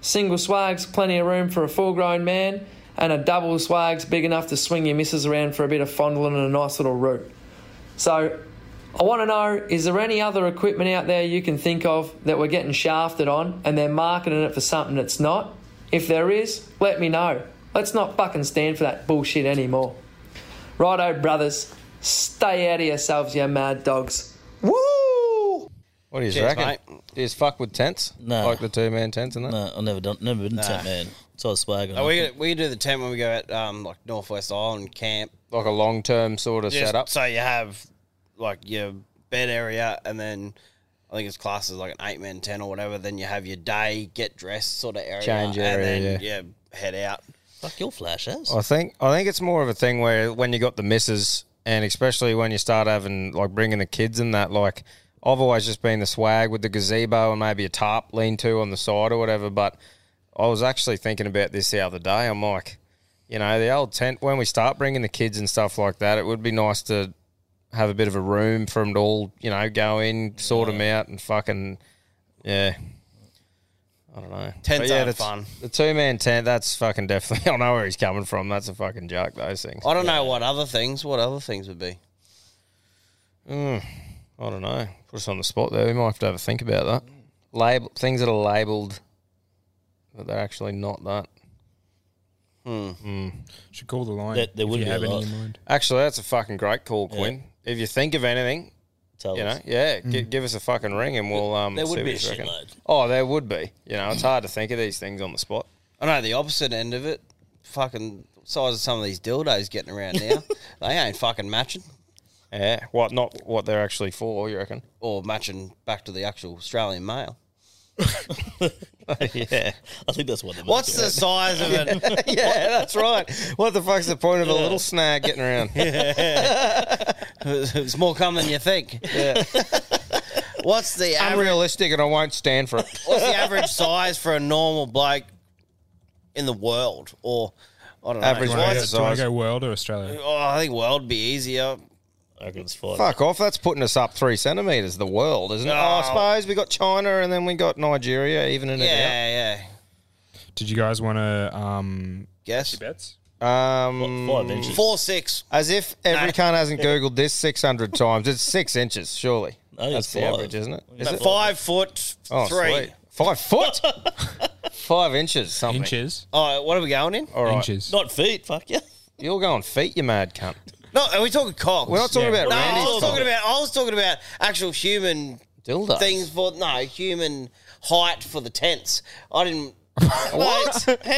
S11: Single swags, plenty of room for a full grown man, and a double swags big enough to swing your missus around for a bit of fondling and a nice little root. So I want to know is there any other equipment out there you can think of that we're getting shafted on and they're marketing it for something that's not? If there is, let me know. Let's not fucking stand for that bullshit anymore. Righto, brothers, stay out of yourselves, you mad dogs. Woo!
S1: What do you
S11: Cheers,
S1: reckon? Do you fuck with tents?
S4: No.
S1: Like the two man tents and that?
S4: No, I've never done, never been
S1: Nah.
S4: to tent man. So I swag on.
S3: Oh, we we do the tent when we go at um like Northwest Island camp,
S1: like a long term sort of
S3: Just
S1: setup.
S3: So you have like your bed area, and then I think it's classes like an eight man tent or whatever. Then you have your day get dressed sort of area,
S1: Change area,
S3: and then yeah. head out.
S4: Fuck your flash ass.
S1: I think I think it's more of a thing where when you got the misses, and especially when you start having like bringing the kids and that, like I've always just been the swag with the gazebo and maybe a tarp lean to on the side or whatever. But I was actually thinking about this the other day. I'm like, you know, the old tent when we start bringing the kids and stuff like that, it would be nice to have a bit of a room for them to all, you know, go in, sort them out, and fucking yeah. I don't know.
S3: Tents
S1: But
S3: aren't
S1: that's-
S3: fun.
S1: The two man tent, that's fucking definitely. I know where he's coming from. That's a fucking joke. Those things.
S3: I don't know what other things. What other things would be?
S1: Mm, I don't know. Put us on the spot there. We might have to have a think about that. Label things that are labelled, but they're actually not that.
S3: Hmm.
S9: Should call the line.
S1: That
S9: if you have any in mind.
S1: Actually, that's a fucking great call, Quinn. If you think of anything,
S4: Tell
S1: you
S4: us.
S1: know, yeah, gi-
S9: Hmm.
S1: give us a fucking ring and we'll um.
S3: There would
S1: see
S3: be
S1: what
S3: a
S1: you reckon.
S3: shitload.
S1: Oh, there would be. You know, it's hard to think of these things on the spot.
S3: I know the opposite end of it. Fucking size of some of these dildos getting around now. they ain't fucking matching.
S1: Yeah. What? Not what they're actually for. You reckon?
S3: Or matching back to the actual Australian mail.
S4: yeah, I think that's what.
S3: What's the size of it?
S1: yeah, yeah, that's right. What the fuck's the point of a
S3: Yeah.
S1: little snag getting around?
S3: it's more common than you think.
S1: Yeah.
S3: What's the average?
S1: Unrealistic, and I won't stand for it.
S3: What's the average size for a normal bloke in the world? Or I don't know.
S9: Average
S3: Why
S9: do
S3: is it-
S9: I go world or Australia?
S3: Oh, I think world would be easier.
S4: I reckon it's five.
S1: Fuck off. That's putting us up three centimeters. The world, isn't it? Oh, I
S3: No.
S1: suppose we got China, and then we got Nigeria, even in it
S3: yeah.
S9: Did you guys want to um,
S3: guess
S9: your bets?
S1: out. Um,
S9: Five inches.
S3: Four six.
S1: As if every cunt hasn't googled this six hundred times. It's six inches, surely. That's the average, isn't it? Is it?
S3: Five foot
S1: Oh,
S3: three.
S1: sweet. Five foot. Five inches. Something.
S9: Inches.
S3: Oh, what are we going in?
S1: All right.
S4: Not feet. Fuck yeah.
S1: You're going feet, you mad cunt.
S3: No, are we talking cogs?
S1: We're not talking about
S3: no, I
S1: Randy's
S3: was
S1: cock.
S3: talking about. I was talking about actual human
S1: Dildos.
S3: things for no human height for the tents. I didn't. Mate, how do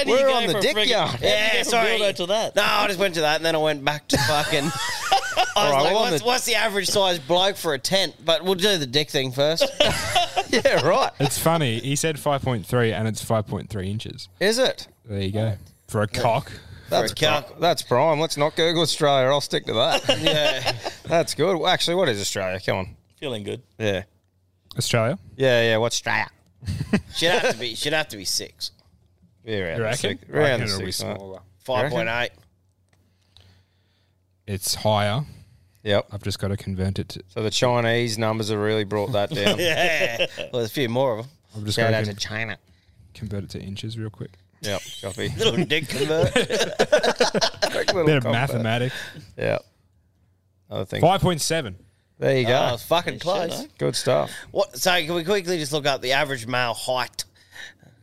S3: you
S4: We're
S3: go
S4: on the
S3: for a
S4: dick
S3: friggin-
S4: yard. How do you
S3: Yeah,
S4: go from
S3: sorry.
S4: dildo to that?
S3: No, I just went to that and then I went back to fucking. I was
S1: All right,
S3: like,
S1: well, on
S3: what's,
S1: the-
S3: what's the average size bloke for a tent? But we'll do the dick thing first.
S1: yeah, right.
S9: It's funny. He said 5.3 and it's 5.3 inches.
S1: Is it?
S9: There you go. For a cock.
S1: That's pri- that's prime. Let's not Google Australia. I'll stick to that.
S3: yeah,
S1: that's good. Well, actually, what is Australia? Come on.
S4: Feeling good.
S1: Yeah,
S9: Australia?
S1: yeah, yeah. What's Australia?
S3: should have to be. Should have to be six.
S1: Yeah, around
S9: You
S1: the
S9: reckon?
S1: six-
S9: I reckon
S1: around the
S9: it'll be
S1: six, mate.
S9: smaller.
S3: Five point eight.
S9: It's higher.
S1: Yep.
S9: I've just got to convert it to.
S1: So the Chinese numbers have really brought that down.
S3: yeah. Well, there's a few more of them.
S9: I've just
S1: Shout
S9: got
S1: out
S9: to
S1: to China.
S9: convert it to inches real quick.
S1: Yep, copy.
S3: Little dick convert.
S1: Quick little
S9: Bit of
S1: comp there.
S9: mathematics.
S1: Yep. Other thing.
S9: 5.7.
S1: There you go.
S3: Oh, fucking close.
S9: eh?
S1: Good stuff.
S3: What? So can we quickly just look up the average male height?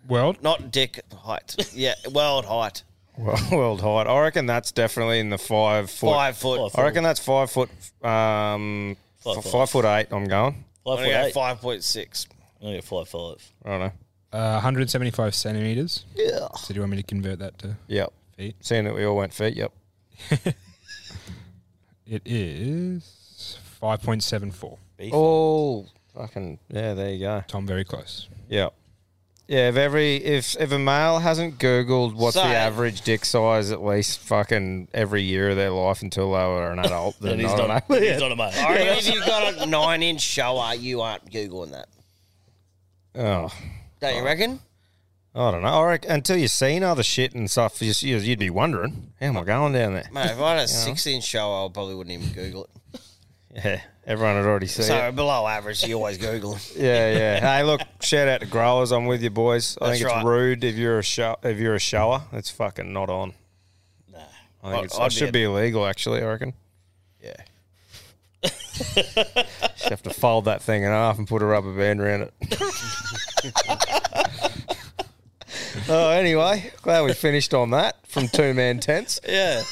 S9: World?
S3: Not dick height. Yeah, world height.
S1: Well, world height. I reckon that's definitely in the five foot.
S3: Five foot. Five foot.
S1: I reckon that's five foot. Um,
S3: Five
S1: f-
S3: foot.
S1: five foot eight. I'm going.
S4: Five
S3: I'm
S4: foot
S3: gonna go
S4: eight.
S3: Five point six.
S4: I'm gonna go five five.
S1: I know.
S9: Uh, 175 centimeters.
S1: Yeah.
S9: So do you want me to convert that to?
S1: Yep.
S9: Feet.
S1: Seeing that we all went feet. Yep.
S9: It is 5.74.
S1: Oh, fucking yeah! There you go.
S9: Tom, very close.
S1: Yep. Yeah. If every if if a male hasn't Googled what's
S9: So-
S1: the average dick size at least fucking every year of their life until they were an adult, then,
S4: Then he's
S1: I don't
S4: not-
S1: know.
S4: he's not a male.
S3: I reckon if you got a nine inch shower, you aren't googling that.
S1: Oh.
S3: Don't you reckon?
S1: I don't know. I reckon, until you've seen other shit and stuff, you, you- you'd be wondering, how am I going down there?
S3: Mate, if I had
S1: You
S3: a
S1: know?
S3: six inch shower, I probably wouldn't even Google it.
S1: Yeah, everyone had already seen
S3: so
S1: it.
S3: below average, you always Google.
S1: Yeah, yeah. hey, look, shout out to growers. I'm with you, boys. I
S3: That's
S1: think it's
S3: right.
S1: rude if you're a show, if you're a shower. It's fucking not on. Nah, I
S3: I'd-
S1: think it's,
S3: I'd
S1: it should
S3: be
S1: be illegal. Actually, I reckon.
S3: Yeah.
S1: Just have to fold that thing in half and put a rubber band around it. oh, anyway, glad we finished on that from two man tents.
S4: Yeah.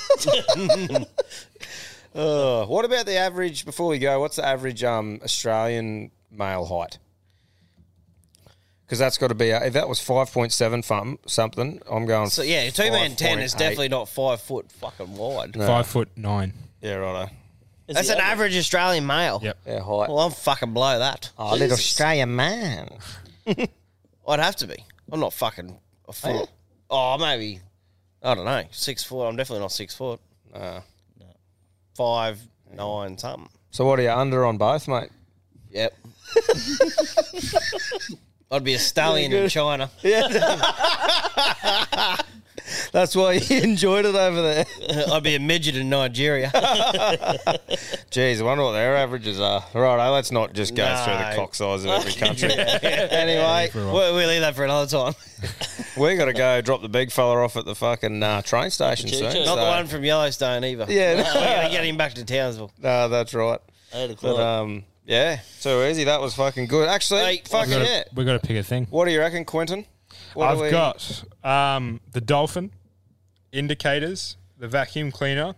S1: Uh, what about the average? Before we go, what's the average um, Australian male height? Because that's got to be if that was five point seven something. I'm going.
S3: So yeah, two man ten is
S1: 5.8.
S3: definitely not five foot fucking wide.
S9: Five foot nine.
S1: Yeah, righto.
S3: That's an average Australian male.
S9: Yep.
S1: Yeah, height.
S3: Well, I'm fucking below that.
S1: Oh, little Australian man.
S3: I'd have to be. I'm not fucking a foot. Oh, maybe. I don't know. Six foot. I'm definitely not six foot.
S1: Uh,
S3: Five, nine, something.
S1: So what are you under on both, mate?
S3: Yep. I'd be a stallion
S1: Really
S3: in
S1: good.
S3: China.
S1: That's why you enjoyed it over there.
S3: I'd be a midget in Nigeria.
S1: Jeez, I wonder what their averages are. Right, let's not just go through the
S3: No.
S1: cock size of every country.
S3: anyway, we'll, we'll leave that for another time.
S1: we got to go drop the big fella off at the fucking uh, train station soon.
S3: Not
S1: so-
S3: the one from Yellowstone either.
S1: Yeah.
S3: We're going to get him back to Townsville.
S1: No, that's right.
S4: Eight
S1: But, um, yeah, so easy. That was fucking good. Actually, fucking
S9: we gotta,
S1: yeah.
S9: we got to pick a thing.
S1: What do you reckon, Quentin? What do
S9: I've
S1: we-
S9: got um, the dolphin, indicators, the vacuum cleaner,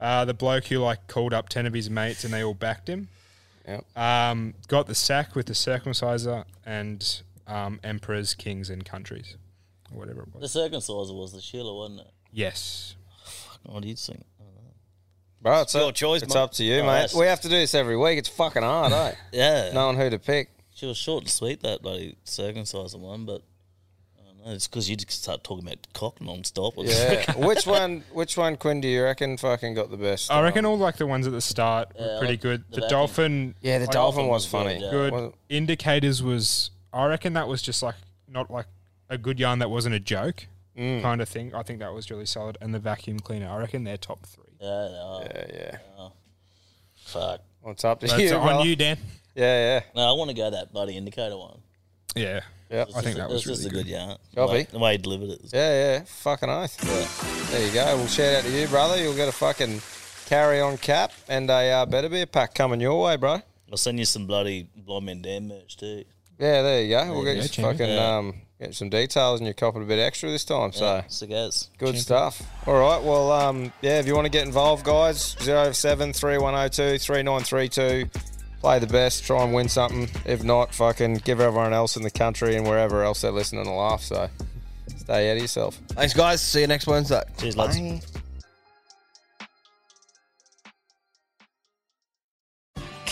S9: uh, the bloke who like called up ten of his mates and they all backed him.
S1: Yep.
S9: Um, got the sack with the circumciser and um, emperors, kings, and countries, or whatever it was.
S4: The circumciser was the Sheila, wasn't it?
S9: Yes.
S4: What do you think?
S1: Bro,
S4: It's your choice,
S1: It's
S4: mate.
S1: up to you,
S4: Oh,
S1: mate.
S4: that's-
S1: We have to do this every week. It's fucking hard, eh?
S4: Yeah.
S1: Knowing who to pick.
S4: She was short and sweet, that bloody circumcised one, but I don't know. It's because you just start talking about cock non-stop.
S1: Yeah. which one? Which one, Quinn? Do you reckon fucking got the best?
S9: I reckon all like the ones at the start were
S1: Yeah,
S9: pretty
S1: like
S9: good.
S1: the
S9: The,
S1: back
S9: dolphin,
S1: end. Yeah, the
S9: like,
S1: dolphin was funny.
S9: Good.
S1: Yeah. Wasn't-
S9: Indicators was, I reckon that was just like not like a good yarn that wasn't a joke
S4: Mm.
S9: kind of thing. I think that was really solid. And the vacuum cleaner, I reckon they're top three.
S4: Yeah, they are.
S1: Yeah, yeah.
S3: Oh.
S4: Fuck.
S1: What's up to
S9: That's
S1: you?
S9: on
S1: bro?
S9: you, Dan.
S1: Yeah, yeah.
S4: No, I want to go that bloody indicator one.
S9: Yeah.
S1: Yeah,
S4: It's just- it's just a good yarn.
S1: Copy.
S4: Like, the way he delivered it.
S1: Yeah, yeah. Fucking oath. There you go. We'll shout out to you, brother. You'll get a fucking carry on cap and a uh, better be a pack coming your way, bro.
S4: I'll send you some bloody Blind Man Dan merch too.
S1: Yeah, there you go.
S4: There
S1: we'll
S4: you
S1: get
S4: go,
S1: you some
S4: champion.
S1: fucking
S4: Yeah.
S1: um, get some details, and you're copping a bit extra this time. So
S4: Yeah, so goes.
S1: good
S4: Champion.
S1: stuff. All right. Well, um, yeah. If you want to get involved, guys, 07 3102 3932. Play the best. Try and win something. If not, fucking give everyone else in the country and wherever else they're listening a laugh. So stay out of yourself.
S3: Thanks, guys. See you next Wednesday.
S4: Cheers,
S1: lads.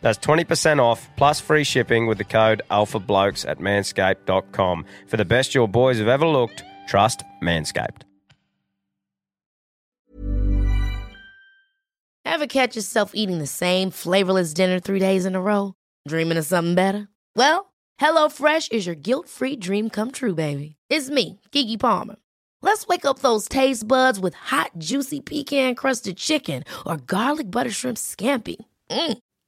S21: That's 20% off plus free shipping with the code ALPHABLOKES at manscaped.com. For the best your boys have ever looked, trust Manscaped.
S28: Ever catch yourself eating the same flavorless dinner three days in a row? Dreaming of something better? Well, HelloFresh is your guilt free dream come true, baby. It's me, Gigi Palmer. Let's wake up those taste buds with hot, juicy pecan crusted chicken or garlic butter shrimp scampi. Mm.